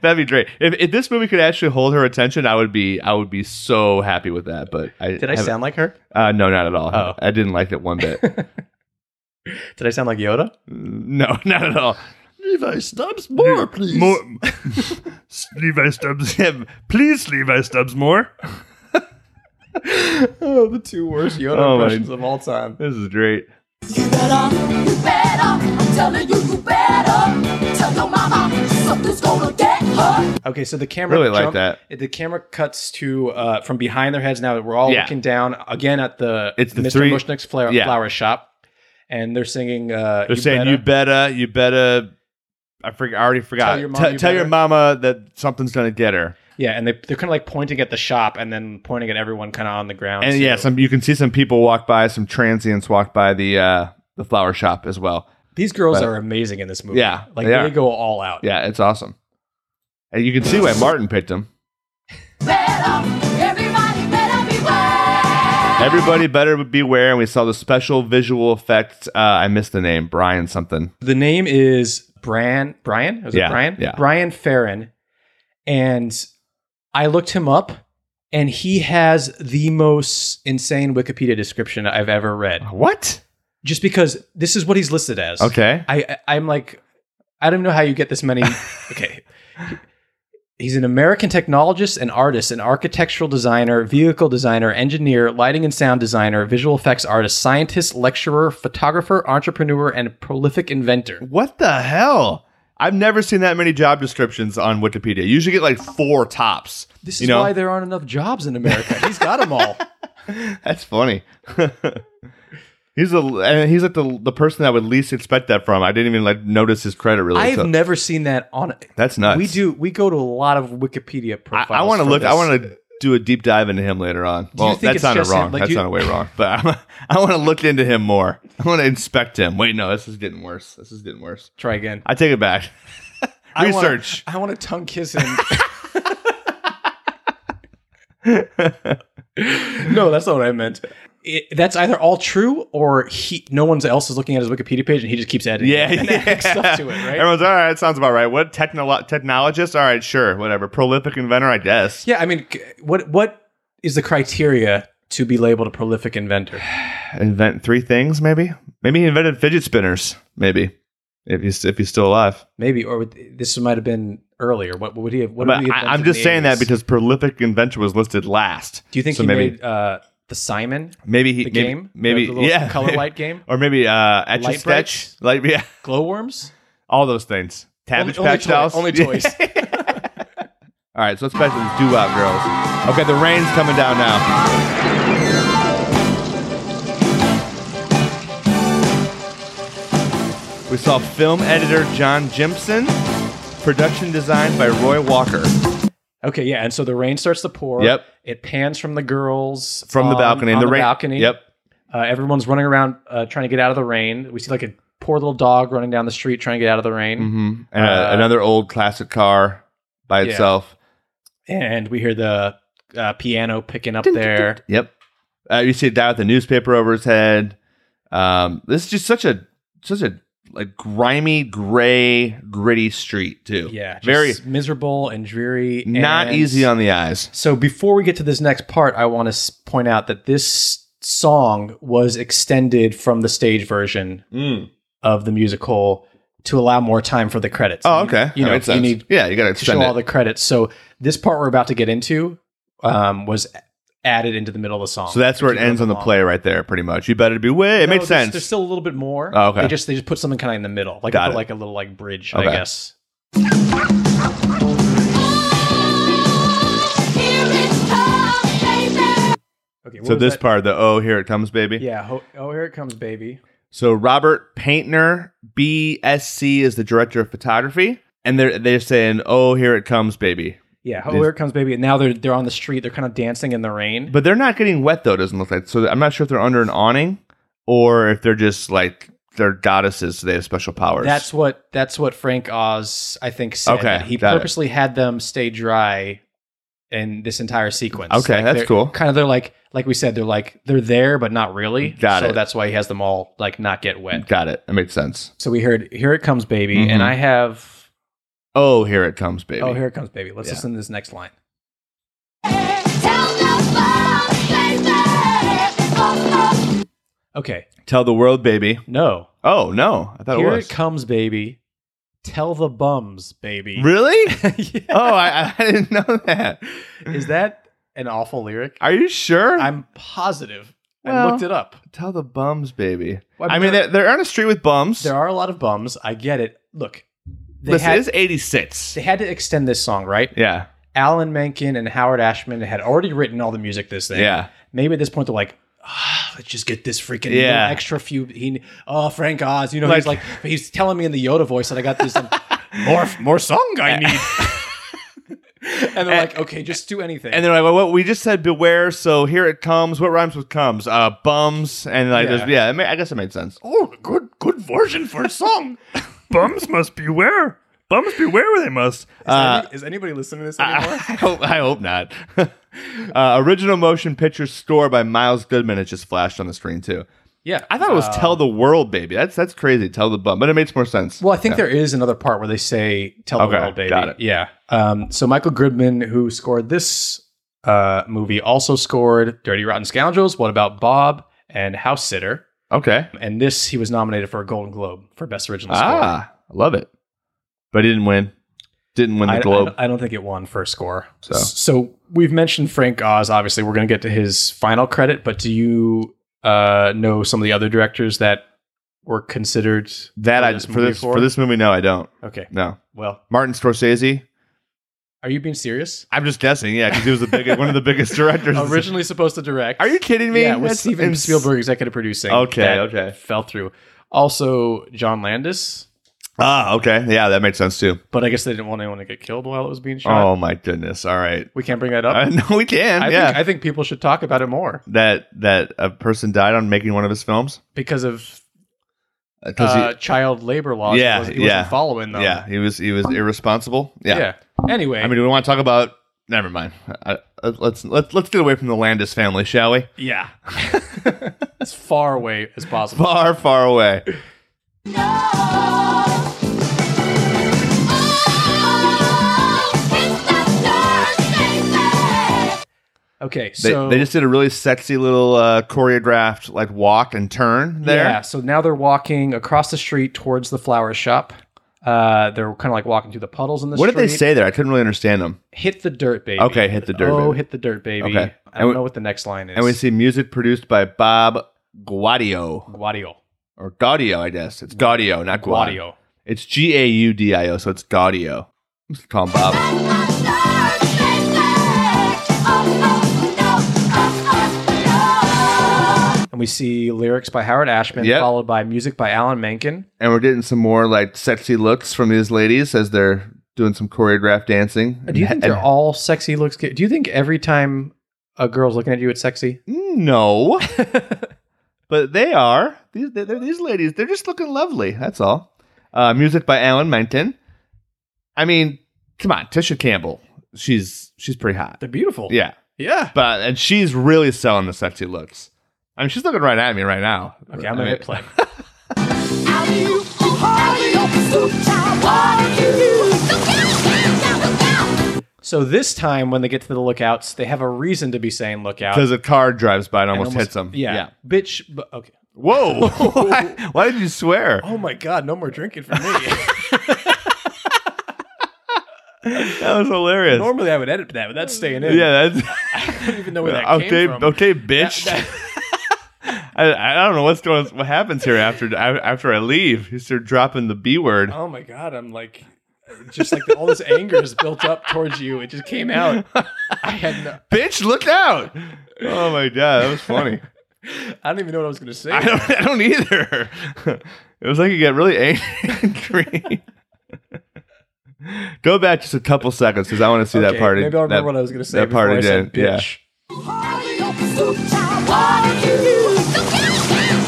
B: That'd be great. If, if this movie could actually hold her attention, I would be I would be so happy with that. But I
A: Did I
B: haven't-
A: sound like her?
B: Uh, no, not at all.
A: Oh.
B: I didn't like it one bit.
A: Did I sound like Yoda?
B: no, not at all. Levi Stubbs, more please.
F: More. Levi Stubbs. Please, Levi Stubbs, more.
A: Oh, the two worst Yoda
B: Oh, my-
A: impressions of all time.
B: This is great.
E: You better, you better. I'm telling you, you better. Tell your mama something's gonna get her.
A: Okay, so the camera
B: Really like that.
A: The camera cuts to uh, from behind their heads. Now we're all
B: Yeah.
A: looking down again at the
B: It's the
A: Mr.
B: three-
A: Mushnick's flower,
B: Yeah.
A: flower shop, and they're singing. Uh,
B: They're saying you better, you better. I forget. I already forgot.
A: Tell your mom
B: Te-
A: you
B: tell your
A: better.
B: mama that something's gonna get her.
A: yeah, and they they're kind of like pointing at the shop and then pointing at everyone kind of on the ground.
B: And
A: too.
B: yeah, some you can see some people walk by, some transients walk by the uh, the flower shop as well.
A: these girls
B: but-
A: are amazing in this movie.
B: Yeah,
A: like
B: they
A: they,
B: are.
A: go all out.
B: Yeah, it's awesome. And you can see why Martin picked him.
E: Better, everybody better beware.
B: Everybody better beware. And we saw the special visual effects. Uh, I missed the name, Brian something.
A: The name is Brian. Brian was
B: Yeah,
A: it Brian?
B: yeah.
A: Brian Farron, and I looked him up, and he has the most insane Wikipedia description I've ever read.
B: What?
A: just because this is what he's listed as.
B: Okay.
A: I I- I'm like I don't know how you get this many. Okay. He's an American technologist and artist, an architectural designer, vehicle designer, engineer, lighting and sound designer, visual effects artist, scientist, lecturer, photographer, entrepreneur, and prolific inventor.
B: What the hell? I've never seen that many job descriptions on Wikipedia. You usually get like four tops.
A: This is
B: you know?
A: why there aren't enough jobs in America. He's got them all.
B: That's funny. he's a and he's like the the person I would least expect that from. I didn't even like notice his credit really.
A: I've
B: so
A: never seen that on.
B: that's nuts.
A: We do. We go to a lot of Wikipedia
B: I,
A: profiles.
B: I want to
A: for
B: look. I
A: this.
B: want to do a deep dive into him later on.
A: you
B: Well,
A: think
B: that
A: it's
B: sounded
A: just him?
B: wrong.
A: Like,
B: that
A: you-
B: sounded way wrong. But I'm, I want to look into him more. I want to inspect him. Wait, no, this is getting worse. This is getting worse.
A: try again.
B: I take it back. Research.
A: I want to tongue kiss him. no, that's not what I meant. it, that's either all true or he no one else is looking at his Wikipedia page and he just keeps adding
B: Yeah,
A: and
B: yeah.
A: adding stuff to it, right?
B: Everyone's all right. Sounds about right. What technolo- technologist? All right, sure, whatever. Prolific inventor, I guess.
A: yeah, I mean, c- what what is the criteria to be labeled a prolific inventor?
B: Invent three things, maybe. Maybe he invented fidget spinners. Maybe if he's if he's still alive.
A: Maybe, or would, this might have been earlier. What, what would he have? What
B: But
A: would he have
B: I,
A: done
B: I'm
A: to
B: just saying
A: name
B: that
A: this?
B: because prolific inventor was listed last.
A: do you think
B: so?
A: he
B: maybe
A: made uh, the Simon,
B: maybe he
A: the
B: maybe,
A: game,
B: maybe
A: The- the little
B: yeah,
A: color
B: maybe-
A: light game,
B: or maybe uh, etch a
A: Light
B: sketch, like yeah,
A: glowworms?
B: all those things.
A: Only,
B: Cabbage
A: only,
B: patch
A: toy-
B: dolls,
A: only
B: Yeah.
A: toys.
B: All right, so let's back to these doo wop girls. Okay, the rain's coming down now. We saw film editor John Jimson, production design by Roy Walker.
A: Okay, yeah, and so the rain starts to pour.
B: Yep.
A: It pans from the girls
B: From the
A: on-
B: balcony,
A: On
B: the,
A: the,
B: rain.
A: balcony.
B: Yep,
A: Uh, everyone's running around uh, trying to get out of the rain. We see like a poor little dog running down the street trying to get out of the rain,
B: mm-hmm. and uh,
A: Uh,
B: another old classic car by
A: Yeah.
B: itself.
A: and we hear the uh, piano picking up there.
B: Yep, uh, you see a guy with a newspaper over his head. Um, this is just such a such a like grimy, gray, gritty street too.
A: Yeah, just
B: very
A: miserable and dreary.
B: not
A: and-
B: easy on the eyes.
A: So before we get to this next part, I want to s- point out that this song was extended from the stage version
B: Mm.
A: of the musical to allow more time for the credits.
B: Oh, okay.
A: You
B: That
A: know,
B: makes
A: you
B: sense.
A: need
B: yeah, you got to
A: to show
B: extend
A: all
B: it.
A: the credits. So this part we're about to get into um, was added into the middle of the song.
B: so that's where it
A: Into
B: ends on the
A: song.
B: play right there, pretty much. You better be way. It
A: No,
B: made
A: there's-
B: sense.
A: There's still a little bit more.
B: Oh, okay.
A: They just they just put something kind of in the middle, like they
B: Got
A: put
B: it.
A: like a little like bridge,
B: Okay.
A: I guess.
E: Here it comes, baby.
A: Okay.
B: so this part, the oh, here it comes, baby.
A: Yeah. Ho- oh, here it comes, baby.
B: So Robert Paintner, BSC, is the director of photography, and they're they're saying, oh, here it comes, baby.
A: Yeah. Oh,
B: These-
A: here it comes, baby. And now they're they're on the street. They're kind of dancing in the rain.
B: But they're not getting wet though. Doesn't look like. So I'm not sure if they're under an awning or if they're just like they're goddesses. So they have special powers.
A: that's what that's what Frank Oz I think said.
B: Okay,
A: that he
B: got it.
A: purposely had them stay dry in this entire sequence.
B: Okay,
A: Like,
B: that's
A: they're-
B: cool.
A: Kind of they're like like we said they're like they're there but not really.
B: Got
A: so
B: it.
A: that's why he has them all like not get wet.
B: got it. That makes sense.
A: So we heard here it comes baby
B: Mhm.
A: and I have
B: Oh, here it comes, baby.
A: Oh, here it comes, baby. Let's
B: Yeah.
A: listen to this next line.
E: Tell nobody, baby. Oh, oh,
A: Okay.
B: Tell the world, baby.
A: No.
B: Oh no, I thought
A: here
B: it was.
A: it comes, baby. Tell the bums, baby.
B: Really?
A: Yeah.
B: oh, I, I didn't know that.
A: Is that an awful lyric?
B: Are you sure?
A: I'm positive. I
B: Well-
A: looked it up.
B: Tell the bums, baby.
A: Well, I
B: I
A: mean,
B: mean, they're, they're on a street with bums.
A: There are a lot of bums. I get it. Look, they
B: this
A: had
B: is '86.
A: they had to extend this song, right?
B: Yeah,
A: Alan Menken and Howard Ashman had already written all the music this thing.
B: yeah.
A: Maybe at this point they're like, ah, let's just get this freaking
B: Yeah.
A: little extra few. He, oh, Frank Oz, you know, he's
B: Like-
A: like, he's telling me in the Yoda voice that I got this um, more more song I need. and they're like, okay, just do anything.
B: And they're like, well, what we just said beware, so here it comes. What rhymes with comes? Uh, bums. And like,
A: Yeah.
B: there's, yeah, I, mean, I guess it made sense.
F: Oh, good, good version for a song. Bums must beware. Bums beware they must.
B: uh,
A: Is any- is anybody listening to this
B: I,
A: anymore?
B: I hope, I hope not. uh, original motion picture score by Miles Goodman. It just flashed on the screen too.
A: yeah,
B: I thought it was tell the world, baby. That's that's crazy. Tell the bum, but it makes more sense.
A: Well, I think there is another part where they say "Tell
B: Okay,
A: the world, baby."
B: got it.
A: Yeah. Um, so Michael Goodman, who scored this uh, movie, also scored "Dirty Rotten Scoundrels." What about Bob and House Sitter?
B: Okay.
A: And this, he was nominated for a Golden Globe for Best Original Score.
B: Ah, I love it. But he didn't win. Didn't win the
A: I, I
B: Globe.
A: don't- I don't think it won for a score.
B: So.
A: so we've mentioned Frank Oz. Obviously, we're going to get to his final credit. But do you uh, know some of the other directors that were considered
B: that I for
A: movie
B: this for this movie, no, I don't.
A: Okay.
B: No.
A: Well,
B: Martin Scorsese.
A: are you being serious?
B: I'm just guessing, yeah, because he was the biggest, one of the biggest directors.
A: Originally supposed to direct.
B: Are you kidding me?
A: Yeah, with
B: That's
A: Steven
B: ins-
A: Spielberg executive producing.
B: Okay,
A: that
B: okay.
A: Fell through. Also, John Landis,
B: Ah, okay, yeah, that makes sense too.
A: but I guess they didn't want anyone to get killed while it was being shot.
B: Oh my goodness! All right,
A: We can't bring that up.
B: uh, no, we can.
A: I,
B: yeah,
A: think, I think people should talk about it more
B: that that a person died on making one of his films
A: because of
B: because
A: uh, child labor laws.
B: Yeah,
A: It wasn't, he
B: yeah.
A: wasn't following
B: he,
A: them.
B: yeah, he was he was irresponsible. Yeah.
A: Um, Yeah. Anyway,
B: I mean, do we want to talk about. Never mind. I, uh, let's let's let's get away from the Landis family, shall we?
A: Yeah. as far away as possible.
B: Far, far away.
E: No. Oh, it's the Thursday.
A: Okay,
B: They,
A: so
B: they just did a really sexy little uh, choreographed like walk and turn there.
A: Yeah, so now they're walking across the street towards the flower shop. Uh, they're kind of like walking through the puddles in the
B: What
A: street.
B: did they say there? I couldn't really understand them.
A: Hit the dirt, baby.
B: Okay, hit the dirt,
A: Oh,
B: baby.
A: hit the dirt, baby.
B: Okay.
A: I
B: And
A: don't
B: we-
A: know what the next line is.
B: And we see music produced by Bob Guadio
A: Guadio.
B: or Gaudio, I guess. It's Gaudio, not Guad.
A: Guadio.
B: It's G A U D I O, so it's Gaudio. Let's call him Bob.
E: It's the Thursday night. Oh, oh, no. Oh, oh,
A: And we see lyrics by Howard Ashman,
B: Yep.
A: followed by music by Alan Menken.
B: And we're getting some more like sexy looks from these ladies as they're doing some choreographed dancing.
A: Uh, Do you think
B: And-
A: they're all sexy looks? Do you think every time a girl's looking at you, it's sexy?
B: No. but they are. These, they they're- these ladies, they're just looking lovely. That's all. Uh, music by Alan Menken. I mean, come on, Tisha Campbell. She's she's pretty hot.
A: They're beautiful.
B: Yeah.
A: Yeah.
B: But and she's really selling the sexy looks. I mean, she's looking right at me right now.
A: Okay, I'm going to
B: I mean,
A: hit play.
E: no. Look out, look out, look out.
A: So this time, when they get to the lookouts, they have a reason to be saying lookout.
B: Because a car drives by and
A: And
B: almost, hits him.
A: Yeah. Bitch. But, okay.
B: Whoa. why, why did you swear?
A: Oh my God, no more drinking for me.
B: That was hilarious.
A: Normally I would edit that, but that's staying in.
B: Yeah, that's
A: I don't even know where that
B: okay.
A: came from.
B: Okay, bitch. I, I don't know what's going. What happens here after af- after I leave? You start dropping the b word.
A: Oh my God, I'm like, just like all this anger is built up towards you. It just came out. I had no,
B: Bitch, look out! Oh my god, that was funny.
A: I don't even know what I was going to say.
B: I don't. I don't either. It was like you got really angry. Go back just a couple seconds because I want to see that
A: Okay,
B: part.
A: Maybe I'll remember what I was going to say.
B: That part
A: before I
B: again.
A: said
B: Yeah.
A: bitch.
E: Look out, look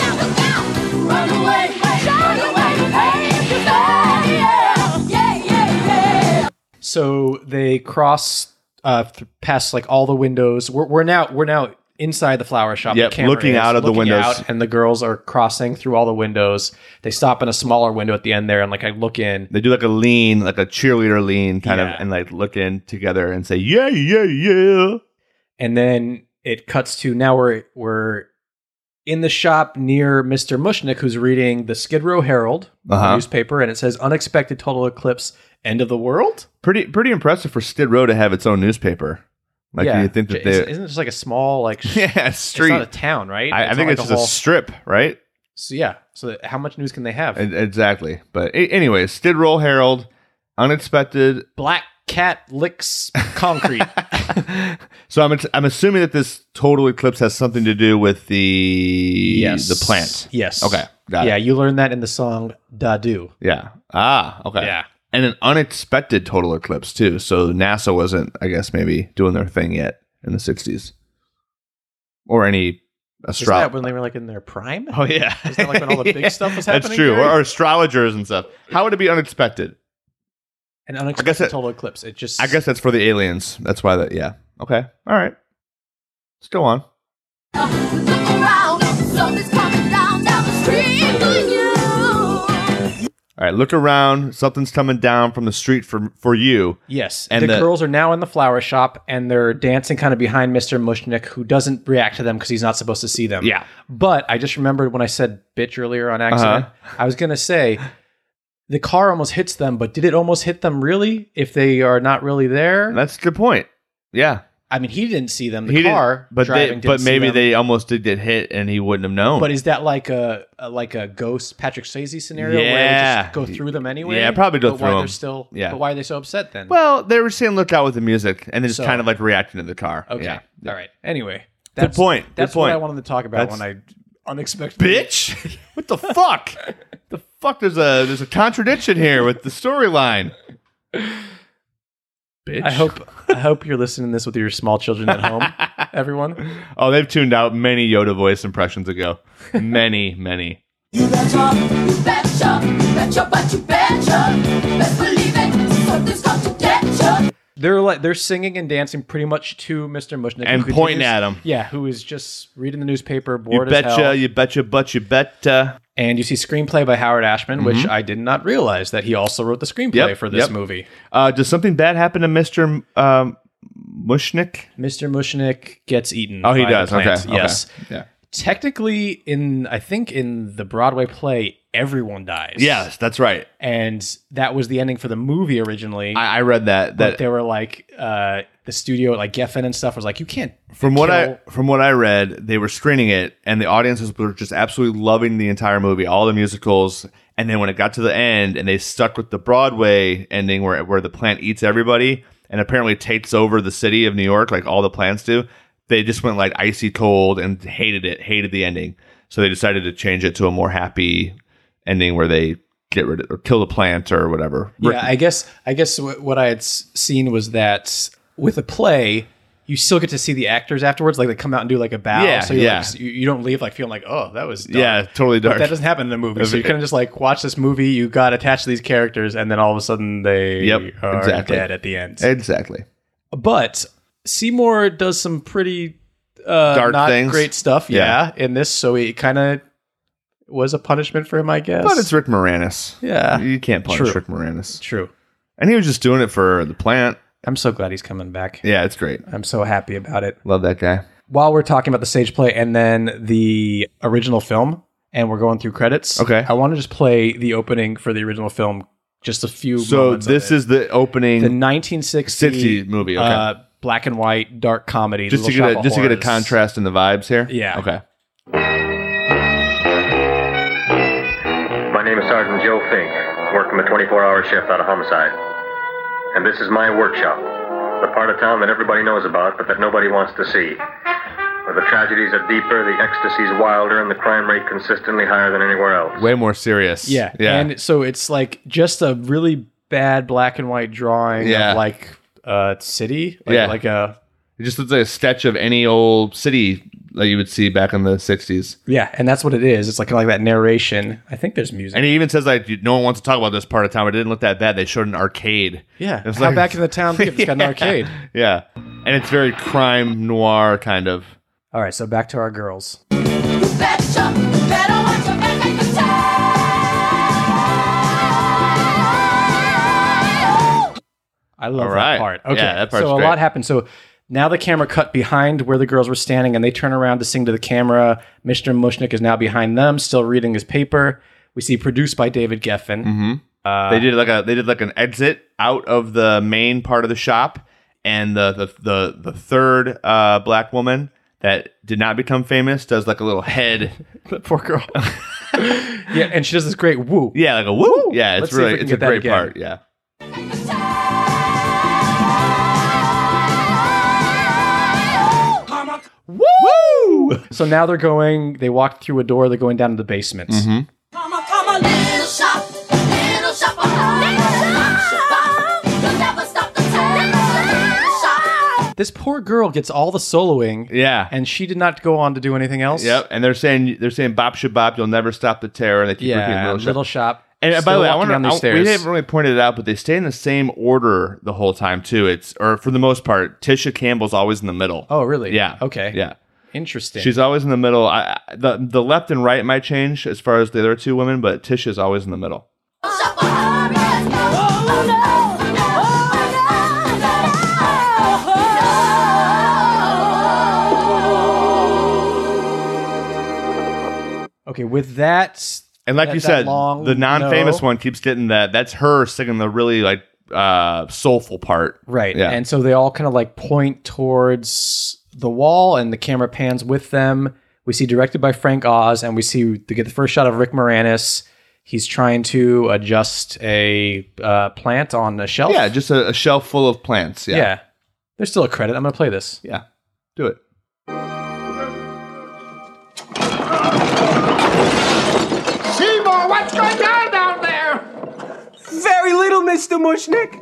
E: out, look out. Run away, run away, hey, if you fail. Yeah, yeah, yeah.
A: So they cross uh, th- past like all the windows. We're, we're now we're now inside the flower shop.
B: Yep,
A: the camera
B: looking
A: is
B: out of the
A: looking
B: windows.
A: out, and the girls are crossing through all the windows. They stop in a smaller window at the end there, and like I look in.
B: They do like a lean, like a cheerleader lean, kind
A: Yeah.
B: of, and like look in together and say, "Yeah, yeah, yeah."
A: and then it cuts to now we're we're in the shop near Mr. Mushnick, who's reading the Skid Row Herald the
B: Uh-huh.
A: newspaper, and it says "Unexpected total eclipse, end of the world."
B: Pretty, pretty impressive for Skid Row to have its own newspaper. Like you think that
A: J- isn't,
B: they,
A: isn't it just like a small like sh-
B: yeah,
A: It's not a
B: street.
A: town, right?
B: I I think
A: not
B: it's
A: like
B: just a strip, right?
A: so yeah. So that- how much news can they have?
B: E- Exactly. But a- anyway, Skid Row Herald, unexpected.
A: Black cat licks concrete.
B: So I'm, I'm assuming that this total eclipse has something to do with the the plant.
A: Yes.
B: Okay, got it.
A: yeah, you learned that in the song "Dadu."
B: Yeah. Ah. Okay.
A: Yeah.
B: And an unexpected total eclipse too. So NASA wasn't, I guess, maybe doing their thing yet in the '60s, or any
A: Is that when
B: astrologer.
A: they were like in their prime?
B: Oh yeah.
A: Is that like when all the big stuff was
B: That's
A: happening,
B: true. Or,
A: Gary?
B: or astrologers and stuff. How would it be unexpected?
A: An
B: I guess
A: unexpected
B: it-
A: total eclipse. It just
B: I guess that's for the aliens. That's why that. Yeah. Okay. All right. Let's go on.
E: Look around, something's coming down, down the street on you.
B: All right. Look around. Something's coming down from the street for for you.
A: Yes.
B: And
A: the,
B: the-
A: girls are now in the flower shop and they're dancing kind of behind Mr. Mushnick, who doesn't react to them because he's not supposed to see them.
B: Yeah.
A: But I just remembered when I said bitch earlier on accident,
B: Uh-huh.
A: I was going to say the car almost hits them, but did it almost hit them really if they are not really there?
B: That's a good point. Yeah.
A: I mean, he didn't see them. The
B: He didn't-
A: car
B: but they-
A: driving didn't
B: but
A: see
B: maybe
A: them.
B: they almost did get hit and he wouldn't have known.
A: But is that like a, a like a ghost Patrick Swayze scenario where they
B: Yeah.
A: just go through them anyway?
B: Yeah, probably go
A: but
B: through
A: why
B: them.
A: They're still,
B: Yeah.
A: But why are they so upset then?
B: Well, they were saying look out with the music and then just
A: So-
B: kind of like reacting to the car.
A: Okay.
B: Yeah.
A: All right. Anyway.
B: point. Good
A: That's what
B: point.
A: I wanted to talk about
B: That's-
A: when I unexpectedly.
B: Bitch! what the fuck? the fuck there's a there's a contradiction here with the storyline. Bitch.
A: I hope I hope you're listening to this with your small children at home, everyone.
B: Oh, they've tuned out many Yoda voice impressions ago. Many, many.
E: You betcha, you betcha, you betcha, but you betcha. Best believe it, something's got to get ya.
A: they're like they're singing and dancing pretty much to Mr. Mushnick
B: And
A: who could
B: pointing
A: use-
B: at him.
A: Yeah, who is just reading the newspaper,
B: You
A: bored as
B: betcha,
A: hell.
B: you betcha, but you betta.
A: And you see screenplay by Howard Ashman, which I did not realize that he also wrote the screenplay
B: Mm-hmm. Yep,
A: for this
B: yep.
A: movie.
B: Uh, does something bad happen to Mister um, Mushnick?
A: Mr. Mushnick gets eaten.
B: Oh, he
A: by the
B: does. Okay,
A: plant.
B: okay.
A: Yes.
B: Yeah.
A: Technically, in I think in the Broadway play, everyone dies.
B: Yes, that's right.
A: and that was the ending for the movie originally.
B: I, I read that.
A: but
B: That
A: they were like uh, the studio, like Geffen and stuff, was like, you can't.
B: from what
A: kill-
B: I from what I read, they were screening it, and the audiences were just absolutely loving the entire movie, all the musicals. And then when it got to the end, and they stuck with the Broadway ending where where the plant eats everybody, and apparently takes over the city of New York, like all the plants do. They just went like icy cold and hated it, hated the ending. So they decided to change it to a more happy ending where they get rid of or kill the plant or whatever.
A: Yeah, I guess I guess wh- what I had s- seen was that with a play, you still get to see the actors afterwards. Like they come out and do like a bow.
B: Yeah,
A: so you're
B: yeah.
A: like, s- you, you don't leave like feeling like, oh, that was dark.
B: Yeah, totally
A: But
B: dark.
A: that doesn't happen in a movie. So you kind of just like watch this movie. You got attached to these characters, and then all of a sudden they
B: Yep,
A: are
B: exactly.
A: dead at the end.
B: exactly.
A: but Seymour does some pretty uh,
B: Dark
A: not
B: things.
A: great stuff.
B: Yeah.
A: Yeah. in this, so it kind of was a punishment for him, I guess.
B: But it's Rick Moranis.
A: yeah,
B: You can't punish
A: True.
B: Rick Moranis.
A: true.
B: And he was just doing it for the plant.
A: I'm so glad he's coming back.
B: Yeah, it's great.
A: I'm so happy about it.
B: Love that guy.
A: While we're talking about the stage play and then the original film, and we're going through credits.
B: Okay.
A: I want to just play the opening for the original film. Just a few.
B: So
A: moments of
B: this
A: it.
B: is the opening
A: the 1960
B: 60 movie. Okay.
A: uh, black and white dark comedy.
B: just to
A: Little
B: get
A: Shop
B: a,
A: of
B: just to get a
A: Horrors.
B: contrast in the vibes here.
A: Yeah.
B: Okay.
H: My name is Sergeant Joe Fink, working the 24 hour shift on a homicide. And this is my workshop, the part of town that everybody knows about but that nobody wants to see. Where the tragedies are deeper, the ecstasies wilder, and the crime rate consistently higher than anywhere else.
B: Way more serious.
A: Yeah.
B: Yeah.
A: And so it's like just a really bad black and white drawing
B: Yeah.
A: of like a city. Like,
B: Yeah.
A: Like a
B: it just looks like a sketch of any old city that you would see back in the 60s.
A: yeah, and that's what it is. It's like like that narration. I think there's music.
B: And he even says, like, you- no one wants to talk about this part of town. It didn't look that bad. They showed an arcade.
A: yeah.
B: It was
A: How
B: like-
A: back in the town we just got an arcade.
B: Yeah. And it's very crime noir kind of.
A: All right, so back to our girls.
E: You betcha, better watch your back at the time.
A: I love
B: All right.
A: that part.
B: Yeah,
A: Okay.
B: that part's
A: so a
B: great.
A: lot happened. So now the camera cut behind where the girls were standing and they turn around to sing to the camera. Mr. Mushnick is now behind them, still reading his paper. We see produced by David Geffen.
B: Mm-hmm.
A: Uh.
B: they did like a they did like an exit out of the main part of the shop, and the the the, the third uh, black woman that did not become famous does like a little head,
A: The poor girl. yeah, and she does this great woo.
B: yeah, like a woo, yeah. It's
A: Let's see if
B: really
A: we can
B: it's a
A: get that
B: great
A: again.
B: part, yeah. Woo!
A: So now they're going, they walk through a door, they're going down to the basement.
B: Mm-hmm.
E: Come on, come on, little shop, little shop of horrors. You'll never stop the terror. Little shop.
A: This poor girl gets all the soloing
B: Yeah.
A: and she did not go on to do anything else.
B: Yep, and they're saying they're saying Bop Shabop, you'll never stop the terror, and they keep repeating
A: Yeah,
B: little,
A: little,
B: Shop.
A: shop.
B: And uh, by
A: Still
B: the way, I
A: walking
B: want
A: down these
B: to. We
A: stairs.
B: haven't really pointed it out, but they stay in the same order the whole time too. It's or for the most part, Tisha Campbell's always in the middle.
A: Oh, really?
B: Yeah.
A: Okay.
B: Yeah.
A: Interesting.
B: She's always in the middle. I, I- the the left and right might change as far as the other two women, but Tisha's always in the middle.
E: Little shop of horrors. Oh no, oh no, no, no.
A: okay, with that
B: And like
A: That-
B: you
A: that
B: said,
A: long
B: the non-famous
A: no.
B: one keeps getting that. That's her singing the really like uh soulful part.
A: Right.
B: Yeah.
A: And so they all kind of like point towards the wall and the camera pans with them. We see directed by Frank Oz and we see to get the first shot of Rick Moranis. He's trying to adjust a uh, plant on a shelf.
B: yeah, just a, a shelf full of plants. Yeah.
A: yeah. There's still a credit. I'm going to play this.
B: Yeah. Do it.
G: Seymour, what's going on down there?
I: Very little, Mr. Mushnick.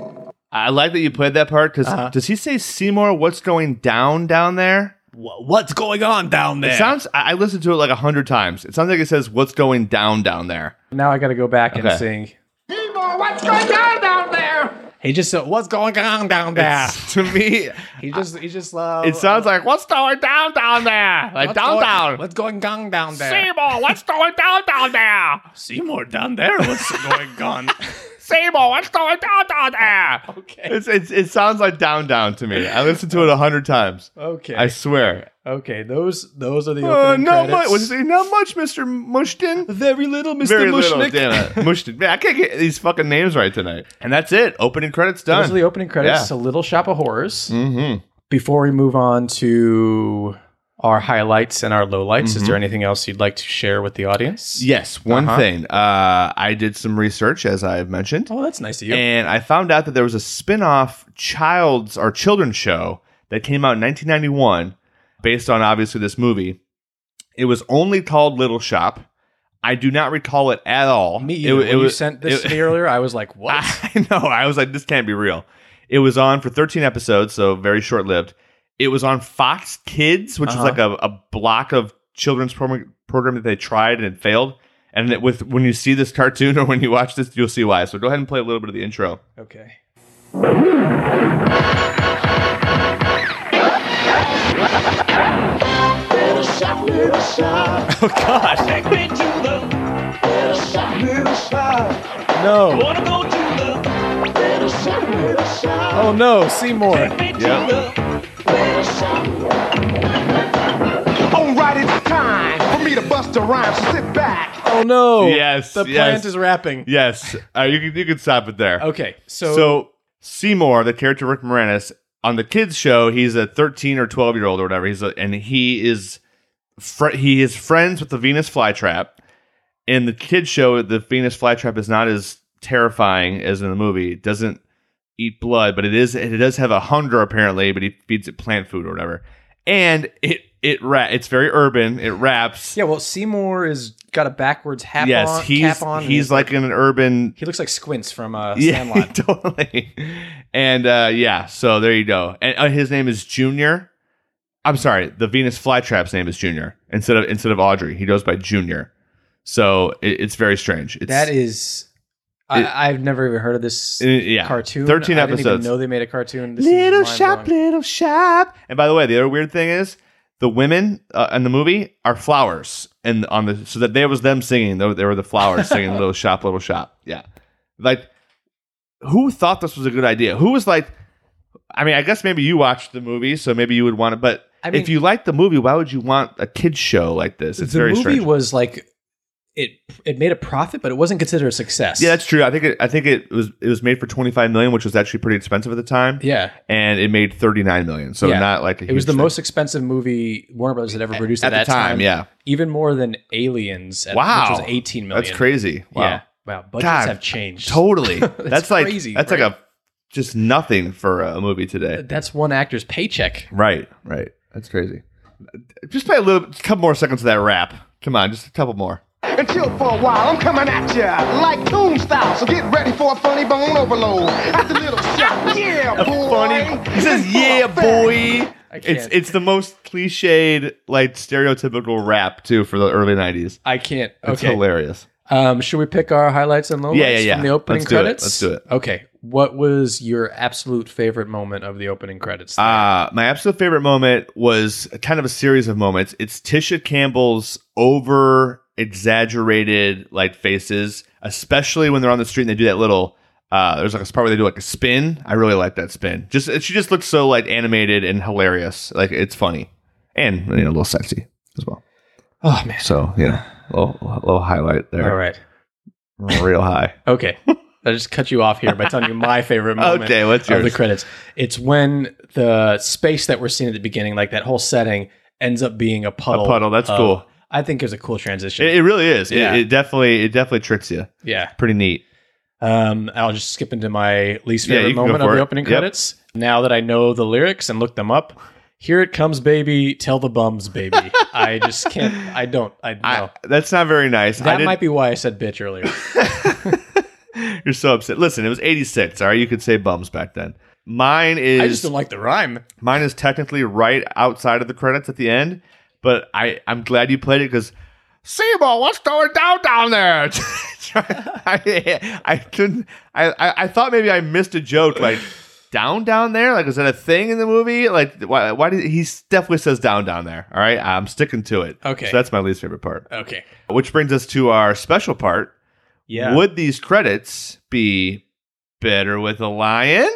B: I like that you played that part because does he say Seymour? What's going down down there?
A: What's going on down there?
B: It sounds. I I listened to it like a hundred times. It sounds like it says "What's going down down there."
A: now I got to go back
B: Okay.
A: and sing.
G: Seymour, what's going on down there?
A: He just said, "What's going on down there?"
B: It's- to me,
A: he just he just uh,
B: it sounds like what's going down down there? Like
A: what's
B: down
A: going-
B: down.
A: What's going on down there?
B: Seymour, what's going down down there?
F: Seymour down there. What's going on?
B: Seymour, what's going down down there?
A: Okay.
B: It's, it's, it sounds like down down to me. I listened to it a hundred times.
A: Okay.
B: I swear.
A: okay. Those those are the
B: Uh,
A: opening
B: not much.
A: credits.
B: Was it not much, Mister Mushton?
A: Very little, Mr.
B: Very little,
A: Mushnick.
B: damn it, Mushton. Man, I can't get these fucking names right tonight. And that's it. Opening credits done.
A: Those are the opening credits
B: Yeah.
A: to Little Shop of Horrors.
B: mm-hmm.
A: Before we move on to our highlights and our lowlights, is there
B: Mm-hmm.
A: anything else you'd like to share with the audience?
B: Yes, one
A: Uh-huh.
B: thing. Uh, I did some research, as I have mentioned,
A: Oh, that's nice of you.
B: and I found out that there was a spin-off child's or children's show that came out in 1991, based on obviously this movie. It was only called Little Shop. I do not recall it at all.
A: Me
B: It
A: either.
B: wa-
A: when
B: it
A: you
B: was-
A: sent this
B: it- Ah,
A: to me earlier, I was like, "What?"
B: I know. I was like, this can't be real. It was on for 13 episodes, so very short lived. It was on Fox Kids, which
A: Uh-huh.
B: was like a, a block of children's program, program that they tried and it failed. And it, with when you see this cartoon or when you watch this, you'll see why. So go ahead and play a little bit of the intro.
A: okay. Oh, No. Oh no, Seymour.
B: Yeah.
G: Alright, it's time for me to bust a rhyme. So sit back.
A: Oh no.
B: Yes,
A: The
B: yes.
A: plant is rapping.
B: Yes. Uh, you can you can stop it there.
A: Okay. So,
B: So, Seymour, the character Rick Moranis, on the kids show, he's a 13 or 12 year old or whatever. He's a, and he is fr- he is friends with the Venus flytrap. In the kids show, the Venus flytrap is not as terrifying as in the movie. It doesn't eat blood, but it is it does have a hunger apparently, but he feeds it plant food or whatever. And it it ra- it's very urban. It raps.
A: yeah, well, Seymour is got a backwards hat
B: yes,
A: on,
B: he's
A: cap on. and
B: he's like in an urban
A: he looks like Squints from uh,
B: yeah,
A: Sandlot.
B: totally. And uh, yeah, so there you go. And uh, his name is Junior. I'm sorry, the Venus flytrap's name is Junior instead of instead of Audrey. He goes by Junior. So it, it's very strange. It's,
A: That is, I,
B: It-
A: I've never even heard of this
B: uh, yeah,
A: cartoon.
B: Thirteen
A: I
B: episodes.
A: Didn't even know they made a cartoon. This is
B: little shop,
A: mind-blowing.
B: little shop. And by the way, the other weird thing is the women uh, in the movie are flowers, and on the so that there was them singing. They were, they were the flowers singing "Little Shop, Little Shop." Yeah, like who thought this was a good idea? Who was like, I mean, I guess maybe you watched the movie, so maybe you would want it. But
A: I mean-
B: if you liked the movie, why would you want a kids show like this? It's
A: the
B: very
A: movie
B: strange.
A: was like it. It made a profit, but it wasn't considered a success.
B: yeah, that's true. I think it, I think it was it was made for twenty five million, which was actually pretty expensive at the time,
A: yeah.
B: and it made thirty nine million. So
A: Yeah.
B: not like a
A: It was
B: huge
A: the
B: thing.
A: most expensive movie Warner Brothers had ever produced
B: at
A: at, that
B: the time, yeah.
A: even more than Aliens. At,
B: Wow.
A: which was eighteen million.
B: That's crazy. Wow.
A: Yeah, wow. Budgets
B: God,
A: have changed.
B: Totally. that's like
A: crazy,
B: that's
A: right? Uh,
B: like a just nothing for a movie today.
A: That's one actor's paycheck.
B: Right. Right. That's crazy. Just play a little just a couple more seconds of that rap. Come on, just a couple more.
G: And chill for a while. I'm coming at ya like Toon style. So get ready for a funny bone overload. At the little shop. Yeah, boy.
B: Funny. He says,
G: It's
B: "Yeah,
G: for a fact.
B: boy." It's
A: can't.
B: it's the most cliched, like stereotypical rap too for the early '90s.
A: I can't.
B: It's
A: Okay.
B: hilarious.
A: Um, should we pick our highlights and lowlights
B: Yeah, yeah, yeah.
A: from the opening
B: Let's do it.
A: credits?
B: Let's do it.
A: Okay. What was your absolute favorite moment of the opening credits?
B: Uh, my absolute favorite moment was kind of a series of moments. It's Tisha Campbell's over exaggerated like faces, especially when they're on the street and they do that little. Uh, there's like a part where they do like a spin. I really like that spin. Just she just looks so like animated and hilarious. Like it's funny and you know, a little sexy as well.
A: oh man.
B: So you know, little, little highlight there,
A: All right.
B: real high.
A: Okay. I just cut you off here by telling you my favorite moment
B: Okay, what's
A: of the
B: yours?
A: credits. It's when the space that we're seeing at the beginning, like that whole setting, ends up being a puddle.
B: puddle, that's cool.
A: I think it was a cool transition.
B: It, it really is. It-
A: Yeah.
B: It, definitely it definitely tricks you.
A: yeah.
B: Pretty neat.
A: Um, I'll just skip into my least
B: Yeah,
A: favorite
B: you can go
A: moment of
B: for
A: the
B: it.
A: opening
B: Yep.
A: credits. Now that I know the lyrics and looked them up, here it comes, baby. Tell the bums, baby. I just can't. I don't. I know.
B: I, that's not very nice. I
A: that
B: did-
A: might be why I said bitch earlier.
B: You're so upset. Listen, it was 86. All right, you could say bums back then. Mine is
A: I just don't like the rhyme.
B: mine is technically right outside of the credits at the end, but I I'm glad you played it because Seymour, what's going down down there? I, I couldn't. I, I, I thought maybe I missed a joke. Like down down there. Like is that a thing in the movie? Like why? Why did he definitely says down down there? All right, I'm sticking to it.
A: Okay.
B: so that's my least favorite part.
A: Okay.
B: Which brings us to our special part.
A: Yeah.
B: Would these credits be better with a lion?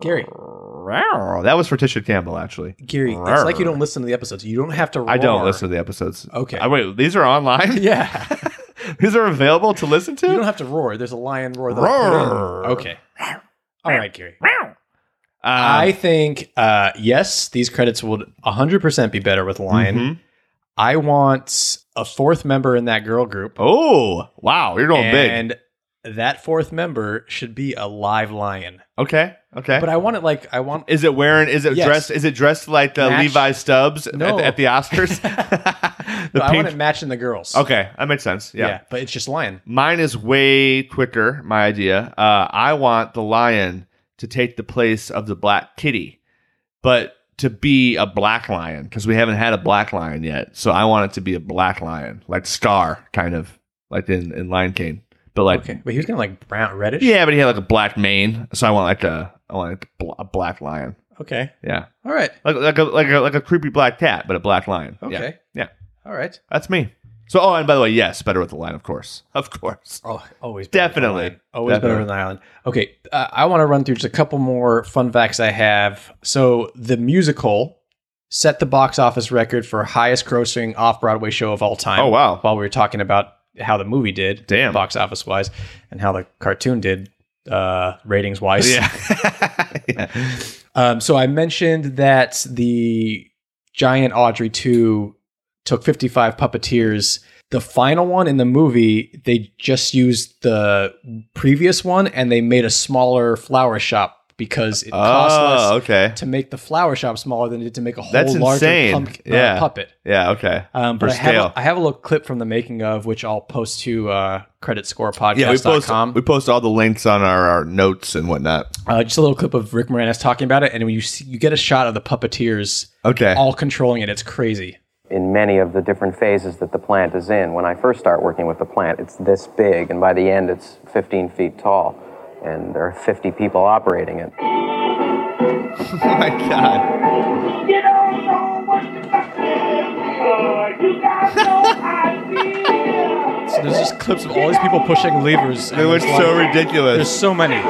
A: Gary,
B: Rawr. That was for Tisha Campbell, actually.
A: Gary, it's like you don't listen to the episodes. You don't have to.
B: I don't
A: roar.
B: listen to the episodes.
A: Okay.
B: I, wait, these are online?
A: Yeah.
B: these are available to listen to?
A: You don't have to roar. There's a lion roar. That I put in.
B: Roar.
A: Okay. All right, Gary.
B: Um,
A: I think uh, yes, these credits would 100% be better with Lion.
B: mhm.
A: I want a fourth member in that girl group,
B: Oh, wow. You're going
A: and that fourth member should be a live lion.
B: big. Okay. Okay.
A: But I want it like I want.
B: is it wearing? Is it
A: Yes.
B: dressed? Is it dressed like the
A: Match-
B: Levi Stubbs at the-
A: No.
B: at, the Oscars? the
A: I want it
B: pink.
A: matching the girls.
B: Okay, that makes sense.
A: Yeah.
B: yeah.
A: but it's just lion.
B: Mine is way quicker, my idea. Uh, I want the lion to take the place of the black kitty, but to be a black lion because we haven't had a black lion yet. So I want it to be a black lion, like Scar, kind of like in, in Lion King, but like,
A: Okay, but he was kind of like brown, reddish.
B: yeah, but he had like a black mane. So I want like a, I want like a, bl- a black lion.
A: Okay.
B: Yeah.
A: All right.
B: Like, like a, like a, like a creepy black cat, but a black lion. Yeah.
A: Okay.
B: yeah.
A: All right.
B: That's me. So, oh, and by the way, yes, better with the lion, of course. Of course.
A: Oh, always better
B: Definitely.
A: than an island. always better
B: Definitely.
A: than an island. Okay, uh, I want to run through just a couple more fun facts I have. So the musical set the box office record for highest grossing off Broadway show of all time.
B: Oh, wow.
A: While we were talking about how the movie did,
B: Damn.
A: box office wise, and how the cartoon did, uh, ratings wise.
B: Yeah. yeah.
A: Um, so I mentioned that the giant Audrey 2 took 55 puppeteers. The final one in the movie, they just used the previous one and they made a smaller flower shop because it cost less
B: Oh, okay.
A: to make the flower shop smaller than it did to make a whole
B: That's
A: larger
B: insane.
A: pump- uh,
B: Yeah.
A: puppet.
B: Yeah, okay.
A: Um, but
B: For
A: I have,
B: scale.
A: a, I have a little clip from the making of, which I'll post to uh, creditscorepodcast.com.
B: yeah, we post we post all the links on our, our notes and whatnot.
A: uh, just a little clip of Rick Moranis talking about it, and when you see, you get a shot of the puppeteers
B: Okay.
A: all controlling it. It's crazy.
J: in many of the different phases that the plant is in. When I first start working with the plant, it's this big, and by the end, it's 15 feet tall, and there are 50 people operating it.
B: oh my god.
G: You don't know what to do. You got no idea.
A: So there's just clips of all these people pushing levers. and
B: It was
A: there's
B: so
A: like- There's
B: ridiculous.
A: so many.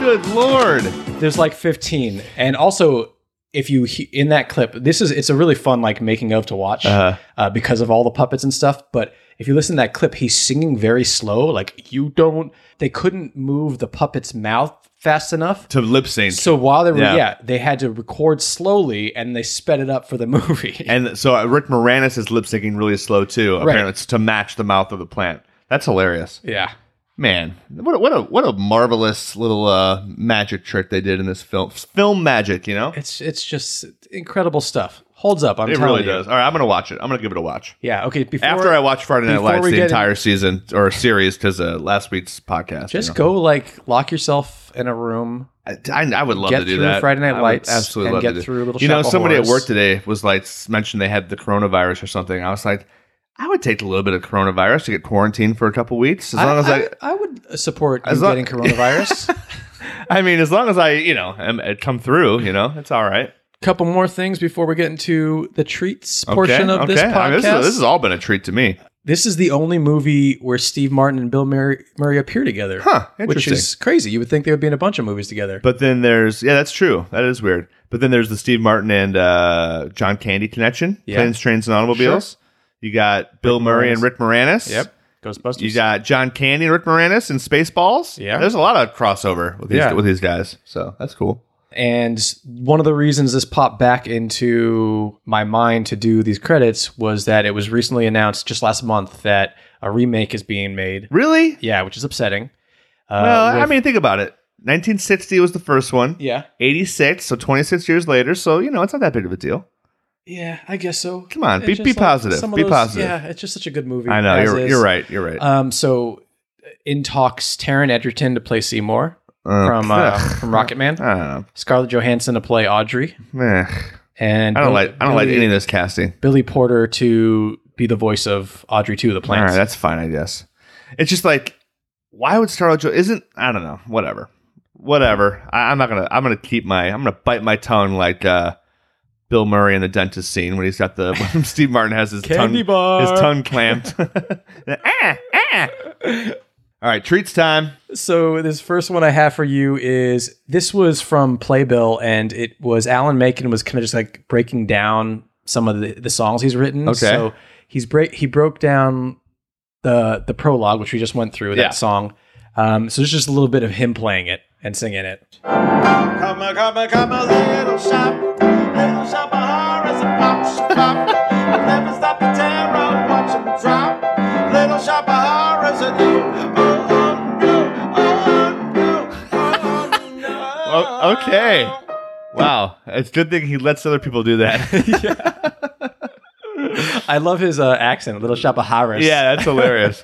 B: Good lord.
A: There's like 15, and also if you he- in that clip, this is it's a really fun like making of to watch
B: Uh-huh.
A: uh because of all the puppets and stuff. But if you listen to that clip, he's singing very slow. Like you don't. They couldn't move the puppet's mouth fast enough.
B: To lip sync.
A: So while they were
B: Yeah.
A: yeah. they had to record slowly and they sped it up for the movie.
B: and so uh, Rick Moranis is lip syncing really slow too. Apparently, it's to match the mouth of the plant. That's hilarious,
A: yeah.
B: man. What a, what a what a marvelous little uh, magic trick they did in this film. Film magic, you know.
A: It's it's just incredible stuff. Holds up, I'm
B: it
A: telling
B: really
A: you.
B: does. All right, I'm gonna watch it. I'm gonna give it a watch.
A: Yeah, okay, before
B: After I watch Friday Night
A: before
B: Lights,
A: we
B: the
A: get in-
B: entire season or series, because uh, last week's podcast. you
A: just
B: know.
A: go like lock yourself in a room.
B: I, I would love
A: Get
B: to do
A: through
B: that.
A: Friday Night
B: I would
A: Lights
B: absolutely
A: and
B: love to
A: get
B: do-
A: through Little
B: You know,
A: Shop of
B: somebody at
A: Horrors.
B: work today was like s- mentioned they had the coronavirus or something. I was like, I would take a little bit of coronavirus to get quarantined for a couple weeks, as long as I,
A: I, would support you
B: As long-
A: getting coronavirus.
B: I, mean, as long as I, you know, am, uh, come through, you know, it's all right.
A: Couple more things before we get into the treats
B: Okay,
A: portion of this
B: okay.
A: podcast.
B: I mean, this, is, this has all been a treat to me.
A: This is the only movie where Steve Martin and Bill Murray, Murray appear together.
B: Huh,
A: Which is
B: interesting.
A: crazy. You would think they would be in a bunch of movies together.
B: But then there's, yeah, that's true. That is weird. But then there's the Steve Martin and uh, John Candy connection,
A: Yeah.
B: planes, trains, and automobiles. You got Bill Murray and
A: Moranis.
B: Rick Moranis.
A: Ghostbusters.
B: You got John Candy and Rick Moranis and Spaceballs.
A: Yeah.
B: there's a lot of crossover with these
A: Yeah.
B: with these guys, so that's cool.
A: And one of the reasons this popped back into my mind to do these credits was that it was recently announced just last month that a remake is being made.
B: Really?
A: Yeah, which is upsetting. Uh,
B: well, I
A: with-
B: mean, think about it. 1960 was the first one.
A: yeah,
B: 86, so 26 years later. So you know, it's not that big of a deal.
A: yeah, I guess so.
B: Come on,
A: It's
B: be-
A: just
B: be positive,
A: some of
B: be positive.
A: Yeah, it's just such a good movie.
B: I know
A: as
B: you're
A: is.
B: you're right. You're right.
A: Um, so in talks, Taron Edgerton to play Seymour
B: Uh,
A: from uh, from Rocket Man,
B: I don't know.
A: Scarlett Johansson to play Audrey,
B: Meh.
A: And
B: I don't
A: Billy-
B: like I don't like
A: Billy-
B: any of this casting.
A: Billy Porter to be the voice of Audrey to the
B: All
A: plants.
B: right, that's fine, I guess. It's just like, why would Scarlett Johansson? Isn't I don't know. Whatever, whatever. I, I'm not gonna. I'm gonna keep my. I'm gonna bite my tongue like uh, Bill Murray in the dentist scene when he's got the when Steve Martin has his
A: Candy
B: tongue
A: bar.
B: his tongue clamped. ah, ah. All right, treats time.
A: So this first one I have for you is this was from Playbill, and it was Alan Macon was kind of just like breaking down some of the, the songs he's written.
B: Okay.
A: So he's break he broke down the the prologue, which we just went through that
B: Yeah.
A: song. Um, so it's just a little bit of him playing it and singing it.
G: Come on, come on, come on, little shop. Little shop of horrors and pop shop. I'll never stop the terror, watch 'em drop. Little shop of horrors and you. Oh, oh, no, oh, no, oh, no.
B: O- Oh, okay. Wow, it's a good thing he lets other people do that.
A: I love his uh, accent, Little Shop of Horrors.
B: yeah, that's hilarious.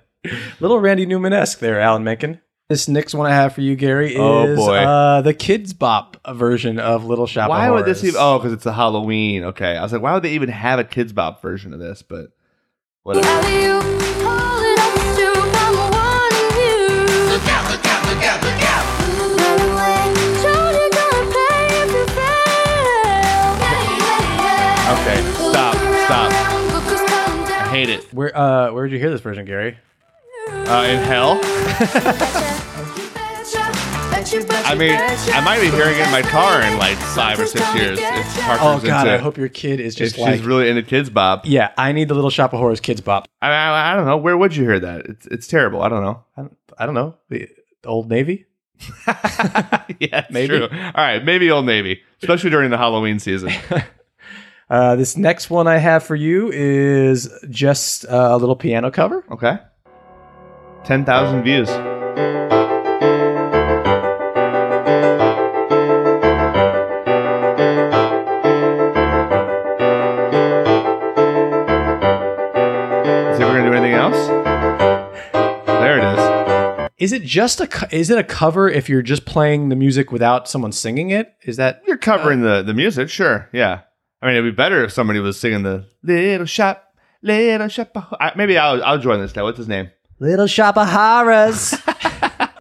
A: little Randy Newman esque there, Alan Macon. This next one I have for you, Gary, is
B: Oh, boy.
A: Uh, the Kids Bop version of Little Shop. of
B: why would this
A: Horrors.
B: even? Oh, because it's a Halloween. Okay, I was like, why would they even have a kids' bop version of this? But whatever. Okay, stop, stop. I hate it.
A: Where uh where did you hear this version, Gary?
B: Uh, in hell? I mean, I might be hearing it in my car in like five or six years. If Parker's
A: Oh god,
B: into,
A: I hope your kid is
B: if
A: just
B: she's
A: like
B: really into kids bop.
A: Yeah, I need the Little Shop of Horrors kids bop.
B: I, I, I don't know. Where would you hear that? It's, it's terrible. I don't know.
A: I don't, I don't know. The the Old Navy?
B: yeah, it's
A: Maybe.
B: true. All right, maybe Old Navy, especially during the Halloween season.
A: Uh, this next one I have for you is just uh, a little piano cover.
B: Okay. 10,000 views. Is he ever going to do anything else? There it is.
A: Is it just a co- is it a cover if you're just playing the music without someone singing it? Is that
B: You're covering the, the music, sure. Yeah. I mean, it'd be better if somebody was singing the little shop, little shop. I, maybe I'll, I'll join this guy. What's his name?
A: Little Shop of Horrors?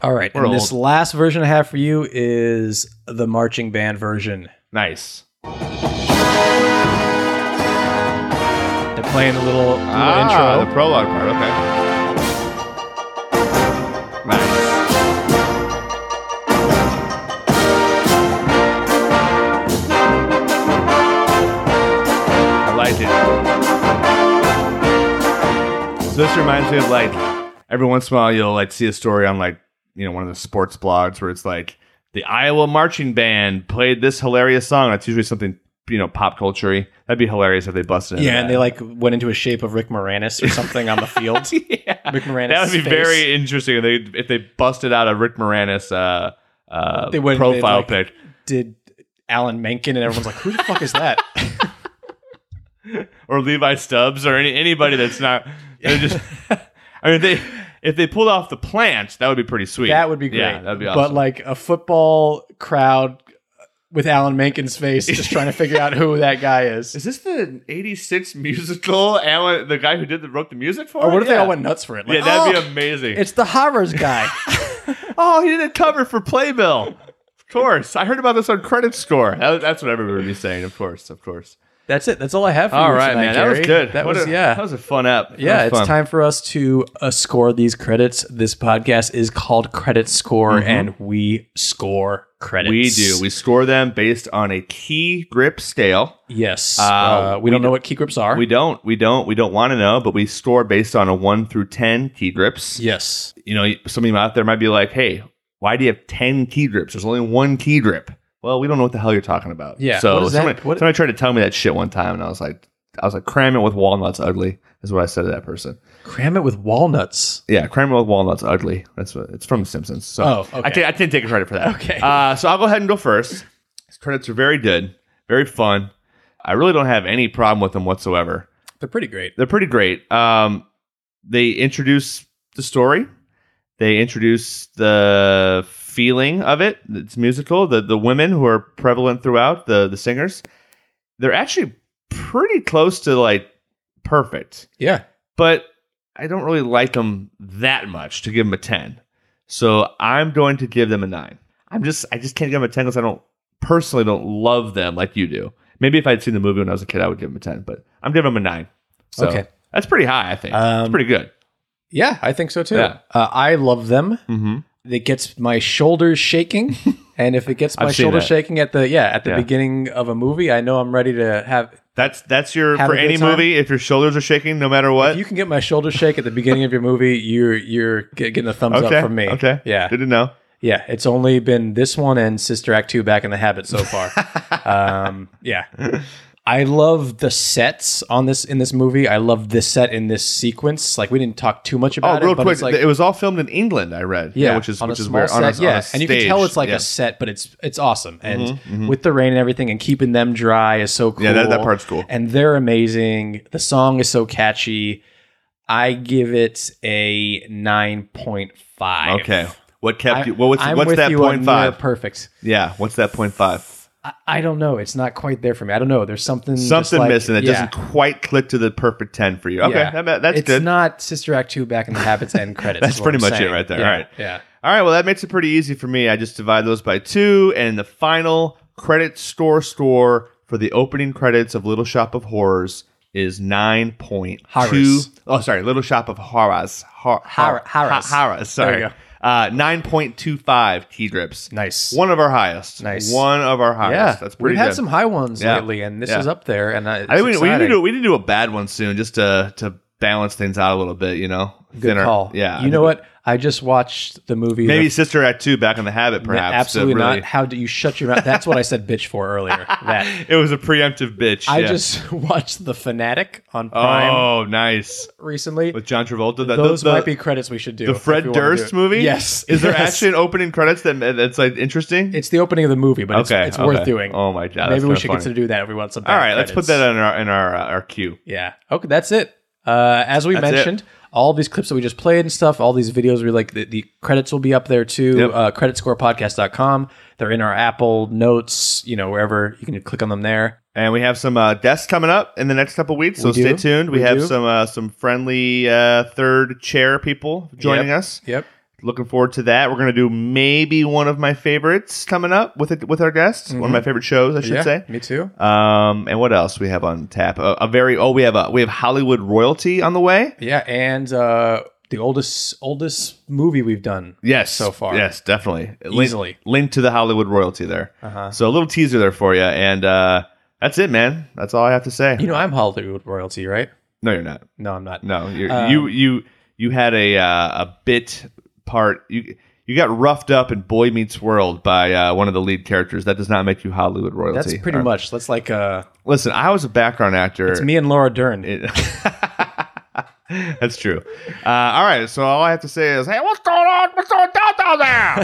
A: All right,
B: We're
A: and this
B: old.
A: last version I have for you is the marching band version.
B: Nice.
A: They're playing the little, little
B: Ah,
A: intro.
B: the prologue part. Okay. Nice. I like it. So this reminds me of like every once in a while you'll like see a story on like you know one of the sports blogs where it's like the Iowa marching band played this hilarious song. That's usually something you know pop culture-y. That'd be hilarious if they busted. into
A: Yeah, and
B: that.
A: they like went into a shape of Rick Moranis or something on the field. Rick Moranis.
B: That would be
A: face.
B: very interesting if they if they busted out a Rick Moranis uh, uh,
A: They wouldn't-
B: profile
A: they'd, like-
B: pic.
A: Did Alan Menken and everyone's like, who the fuck is that?
B: or Levi Stubbs or any anybody that's not. They're just. I mean, they if they pulled off the plants, that would be pretty sweet.
A: That would be great.
B: Yeah, that'd be
A: But
B: awesome.
A: like a football crowd with Alan Menken's face, just trying to figure out who that guy is.
B: is this the '86 musical? Alan, the guy who did the wrote the music for?
A: Or
B: it?
A: Oh, what if
B: yeah.
A: they all went nuts for it? Like,
B: Yeah, that'd
A: "Oh,
B: be amazing.
A: It's the horrors guy.
B: oh, he did a cover for Playbill. Of course, I heard about this on Credit Score. That- That's what everybody would be saying. Of course, of course.
A: That's it. That's all I have for you.
B: All right,
A: tonight,
B: man. That was
A: Gary.
B: good.
A: That
B: What
A: was
B: a-
A: yeah.
B: That was a fun app. That
A: yeah,
B: was
A: it's
B: fun.
A: time for us to uh, score these credits. This podcast is called Credit Score, and we score credits.
B: Mm-hmm. We do. We score them based on a key grip scale.
A: yes.
B: Uh,
A: Uh, we,
B: we
A: don't know
B: do-
A: what key grips are.
B: We don't. We don't. We don't want to know, but we score based on a one through ten key grips.
A: yes.
B: You know, some of you out there might be like, "Hey, why do you have ten key grips? There's only one key grip." Well, we don't know what the hell you're talking about.
A: Yeah, what
B: So
A: is that?
B: somebody,
A: What-
B: somebody tried to tell me that shit one time, and I was like, I was like, cram it with walnuts, ugly. Is what I said to that person.
A: Cram it with walnuts.
B: Yeah, cram it with walnuts, ugly. That's what it's from The Simpsons. So
A: Oh, okay.
B: I, ta- I didn't take credit for that.
A: Okay.
B: Uh, so I'll go ahead and go first. These credits are very good, very fun. I really don't have any problem with them whatsoever.
A: They're pretty great.
B: They're pretty great. Um, they introduce the story. They introduce the feeling of it. It's musical. The the women who are prevalent throughout the the singers, they're actually pretty close to like perfect.
A: Yeah.
B: But I don't really like them that much to give them a 10. So I'm going to give them a 9. I'm just I just can't give them a 10 cuz I don't personally don't love them like you do. Maybe if I had seen the movie when I was a kid I would give them a 10, but I'm giving them a 9. So
A: Okay.
B: That's pretty high, I think. it's
A: Um,
B: pretty good.
A: Yeah, I think so too.
B: Yeah.
A: Uh, I love them.
B: Mhm.
A: It gets my shoulders shaking, and if it gets
B: I've
A: my
B: seen
A: shoulders
B: that.
A: shaking at the yeah at the
B: Yeah.
A: beginning of a movie, I know I'm ready to have.
B: That's that's your
A: Have
B: for
A: a good
B: any
A: time.
B: movie if your shoulders are shaking no matter what.
A: If you can get my shoulders shake at the beginning of your movie, you're you're ge- getting a thumbs
B: okay.
A: up from me.
B: Okay.
A: Yeah.
B: Good to know.
A: Yeah. It's only been this one and Sister Act Two back in the habit so far. um, yeah. I love the sets on this in this movie. I love this set in this sequence. Like we didn't talk too much
B: Oh,
A: about
B: real
A: it, but
B: quick,
A: it's like
B: it was all filmed in England. I read, yeah, which is
A: on a
B: which is
A: small
B: where on a,
A: set,
B: on a
A: yeah, and you can tell
B: stage,
A: it's like
B: yeah.
A: a set, but it's it's awesome. And with the rain and everything, and keeping them dry is so cool.
B: Yeah, that- that part's cool.
A: And they're amazing. The song is so catchy. I give it a nine point five.
B: Okay, what kept
A: I,
B: you? Well, what's
A: I'm
B: what's
A: with
B: that
A: you
B: point
A: on
B: five?
A: near Perfect.
B: yeah, what's that point five?
A: I, I don't know. It's not quite there for me. I don't know. There's something just
B: Something
A: like-
B: missing that
A: yeah.
B: doesn't quite click to the perfect ten for you. Okay,
A: Yeah.
B: that- that's
A: it's
B: good.
A: not Sister Act two back in the habits end credits.
B: That's
A: is what
B: pretty
A: I'm
B: much it
A: saying.
B: right there.
A: Yeah,
B: All right.
A: Yeah.
B: All right, well, that makes it pretty easy for me. I just divide those by two, and the final credit store store for the opening credits of Little Shop of Horrors is nine point two.
A: Horrors.
B: Oh, sorry, Little Shop of Horrors. Hor-
A: Hor- horrors.
B: Ho- horrors. Sorry.
A: There you go.
B: Uh, 9.25 key drips.
A: Nice.
B: One of our highest.
A: Nice.
B: One of our highest.
A: Yeah,
B: That's pretty
A: We've had
B: good.
A: some high ones
B: Yeah.
A: lately, and this
B: Yeah.
A: is up there. And I,
B: I think
A: it's
B: we, we need to
A: exciting.
B: do, we need to do a bad one soon just to, to balance things out a little bit, you know?
A: good
B: Thinner-
A: call.
B: Yeah. I
A: you
B: think
A: know
B: we-
A: what? I just watched the movie.
B: Maybe
A: the,
B: Sister Act 2 back in the habit,
A: No,
B: perhaps. to
A: absolutely
B: really-
A: not. How do you shut your mouth? That's what I said, bitch, for earlier. That
B: It was a preemptive bitch.
A: I
B: yeah.
A: just watched the Fanatic on Prime
B: Oh, nice.
A: recently.
B: With John Travolta, the, the-
A: Those
B: the-
A: might be credits we should do.
B: the
A: if we
B: Fred
A: wanna do
B: Durst
A: it.
B: movie.
A: Yes.
B: is there
A: Yes.
B: actually an opening credits that that's like interesting?
A: It's the opening of the movie, but
B: Okay,
A: it's, it's worth
B: okay.
A: doing.
B: Oh my God, that's
A: Maybe we
B: kinda
A: should
B: funny.
A: consider do that if we want some.
B: All right, let's put
A: credits.
B: that in our in our uh, our queue.
A: Yeah. Okay, that's it. Uh, as we
B: That's it.
A: mentioned, all these clips that we just played and stuff, all these videos, we like the, the credits will be up there too.
B: Yep.
A: Uh, creditscorepodcast.com. They're in our Apple notes, you know, wherever you can click on them there.
B: And we have some uh, guests coming up in the next couple weeks, so
A: We
B: stay
A: do.
B: tuned. We,
A: We
B: have
A: do.
B: some uh, some friendly uh, third chair people joining
A: Yep.
B: us.
A: Yep.
B: Looking forward to that. We're gonna do maybe one of my favorites coming up with it with our guests. One
A: Mm-hmm.
B: of my favorite shows, I should say.
A: Me too. Uh,
B: Um, and what else we have on tap? A, a very oh, we have a we have Hollywood royalty on the way.
A: Yeah. And uh, the oldest oldest movie we've done.
B: Yes,
A: So far.
B: Yes, definitely,
A: Easily. Uh-huh.
B: linked link to the Hollywood royalty there. So a little teaser there for you, and uh, that's it, man. That's all I have to say.
A: You know, I'm Hollywood royalty, right?
B: no, you're not.
A: No, I'm not.
B: No, you're,
A: Um,
B: you you you had a uh, a bit part. You you got roughed up in Boy Meets World by uh, one of the lead characters. That does not make you Hollywood royalty.
A: That's pretty
B: Or-
A: much. That's like uh,
B: Listen, I was a background actor.
A: it's me and Laura Dern.
B: That's true. Uh, all right, so all I have to say is, hey, what's going on? What's going down down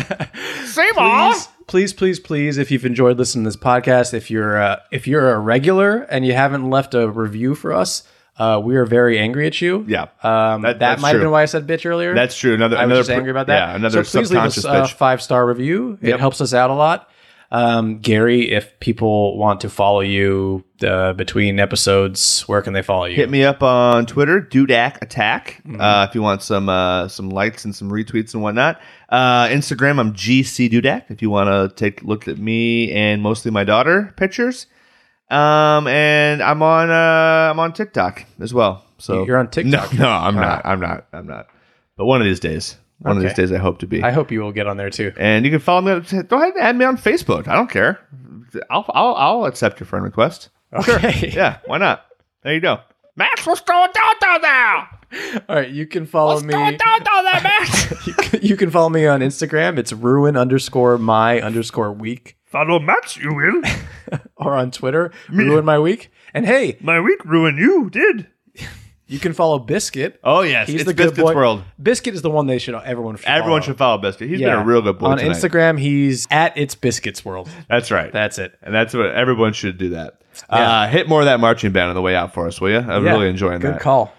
B: there? Seymour?
A: please, please, please, please, if you've enjoyed listening to this podcast, if you're uh, if you're a regular and you haven't left a review for us, uh, we are very angry at you.
B: Yeah,
A: Um, that
B: That- that's
A: might have
B: true.
A: been why I said bitch earlier.
B: That's true. Another
A: I was
B: another
A: just angry about that.
B: Yeah, another
A: so please leave us
B: subconscious
A: uh, a
B: bitch.
A: five star review.
B: Yep.
A: It helps us out a lot. Um, Gary, if people want to follow you uh, between episodes, where can they follow you?
B: Hit me up on Twitter, Dudak Attack, uh, if you want some uh, some likes and some retweets and whatnot. Uh, Instagram, I'm GC Dudak. If you want to take a look at me and mostly my daughter pictures, um, and I'm on uh, I'm on TikTok as well. So
A: You're on TikTok?
B: No, no, I'm not. I'm not. I'm not. But one of these days, one of
A: Okay.
B: these days, I hope to be.
A: I hope you will get on there too.
B: and you can follow me. on- Go ahead and add me on Facebook. I don't care. I'll I'll, I'll accept your friend request.
A: Okay.
B: Yeah, why not? There you go. Max, what's going down down there?
A: All right. You can follow me.
B: there, Max?
A: you, can, you can follow me on Instagram. It's ruin underscore my underscore week.
F: Follow Max, you will.
A: or on Twitter, ruin my week. And hey,
F: My week ruined you, did.
A: you can follow Biscuit.
B: oh yes,
A: He's
B: it's
A: the good
B: Biscuits
A: boy.
B: World.
A: Biscuit is the one they should everyone should
B: Everyone
A: follow.
B: should follow Biscuit. He's
A: Yeah.
B: been a real good boy
A: on
B: tonight.
A: Instagram. He's at it's Biscuits World.
B: That's right.
A: That's it.
B: and that's what everyone should do. That.
A: Yeah.
B: Uh, hit more of that marching band on the way out for us, will you? I'm
A: Yeah,
B: really enjoying
A: Good
B: that.
A: call.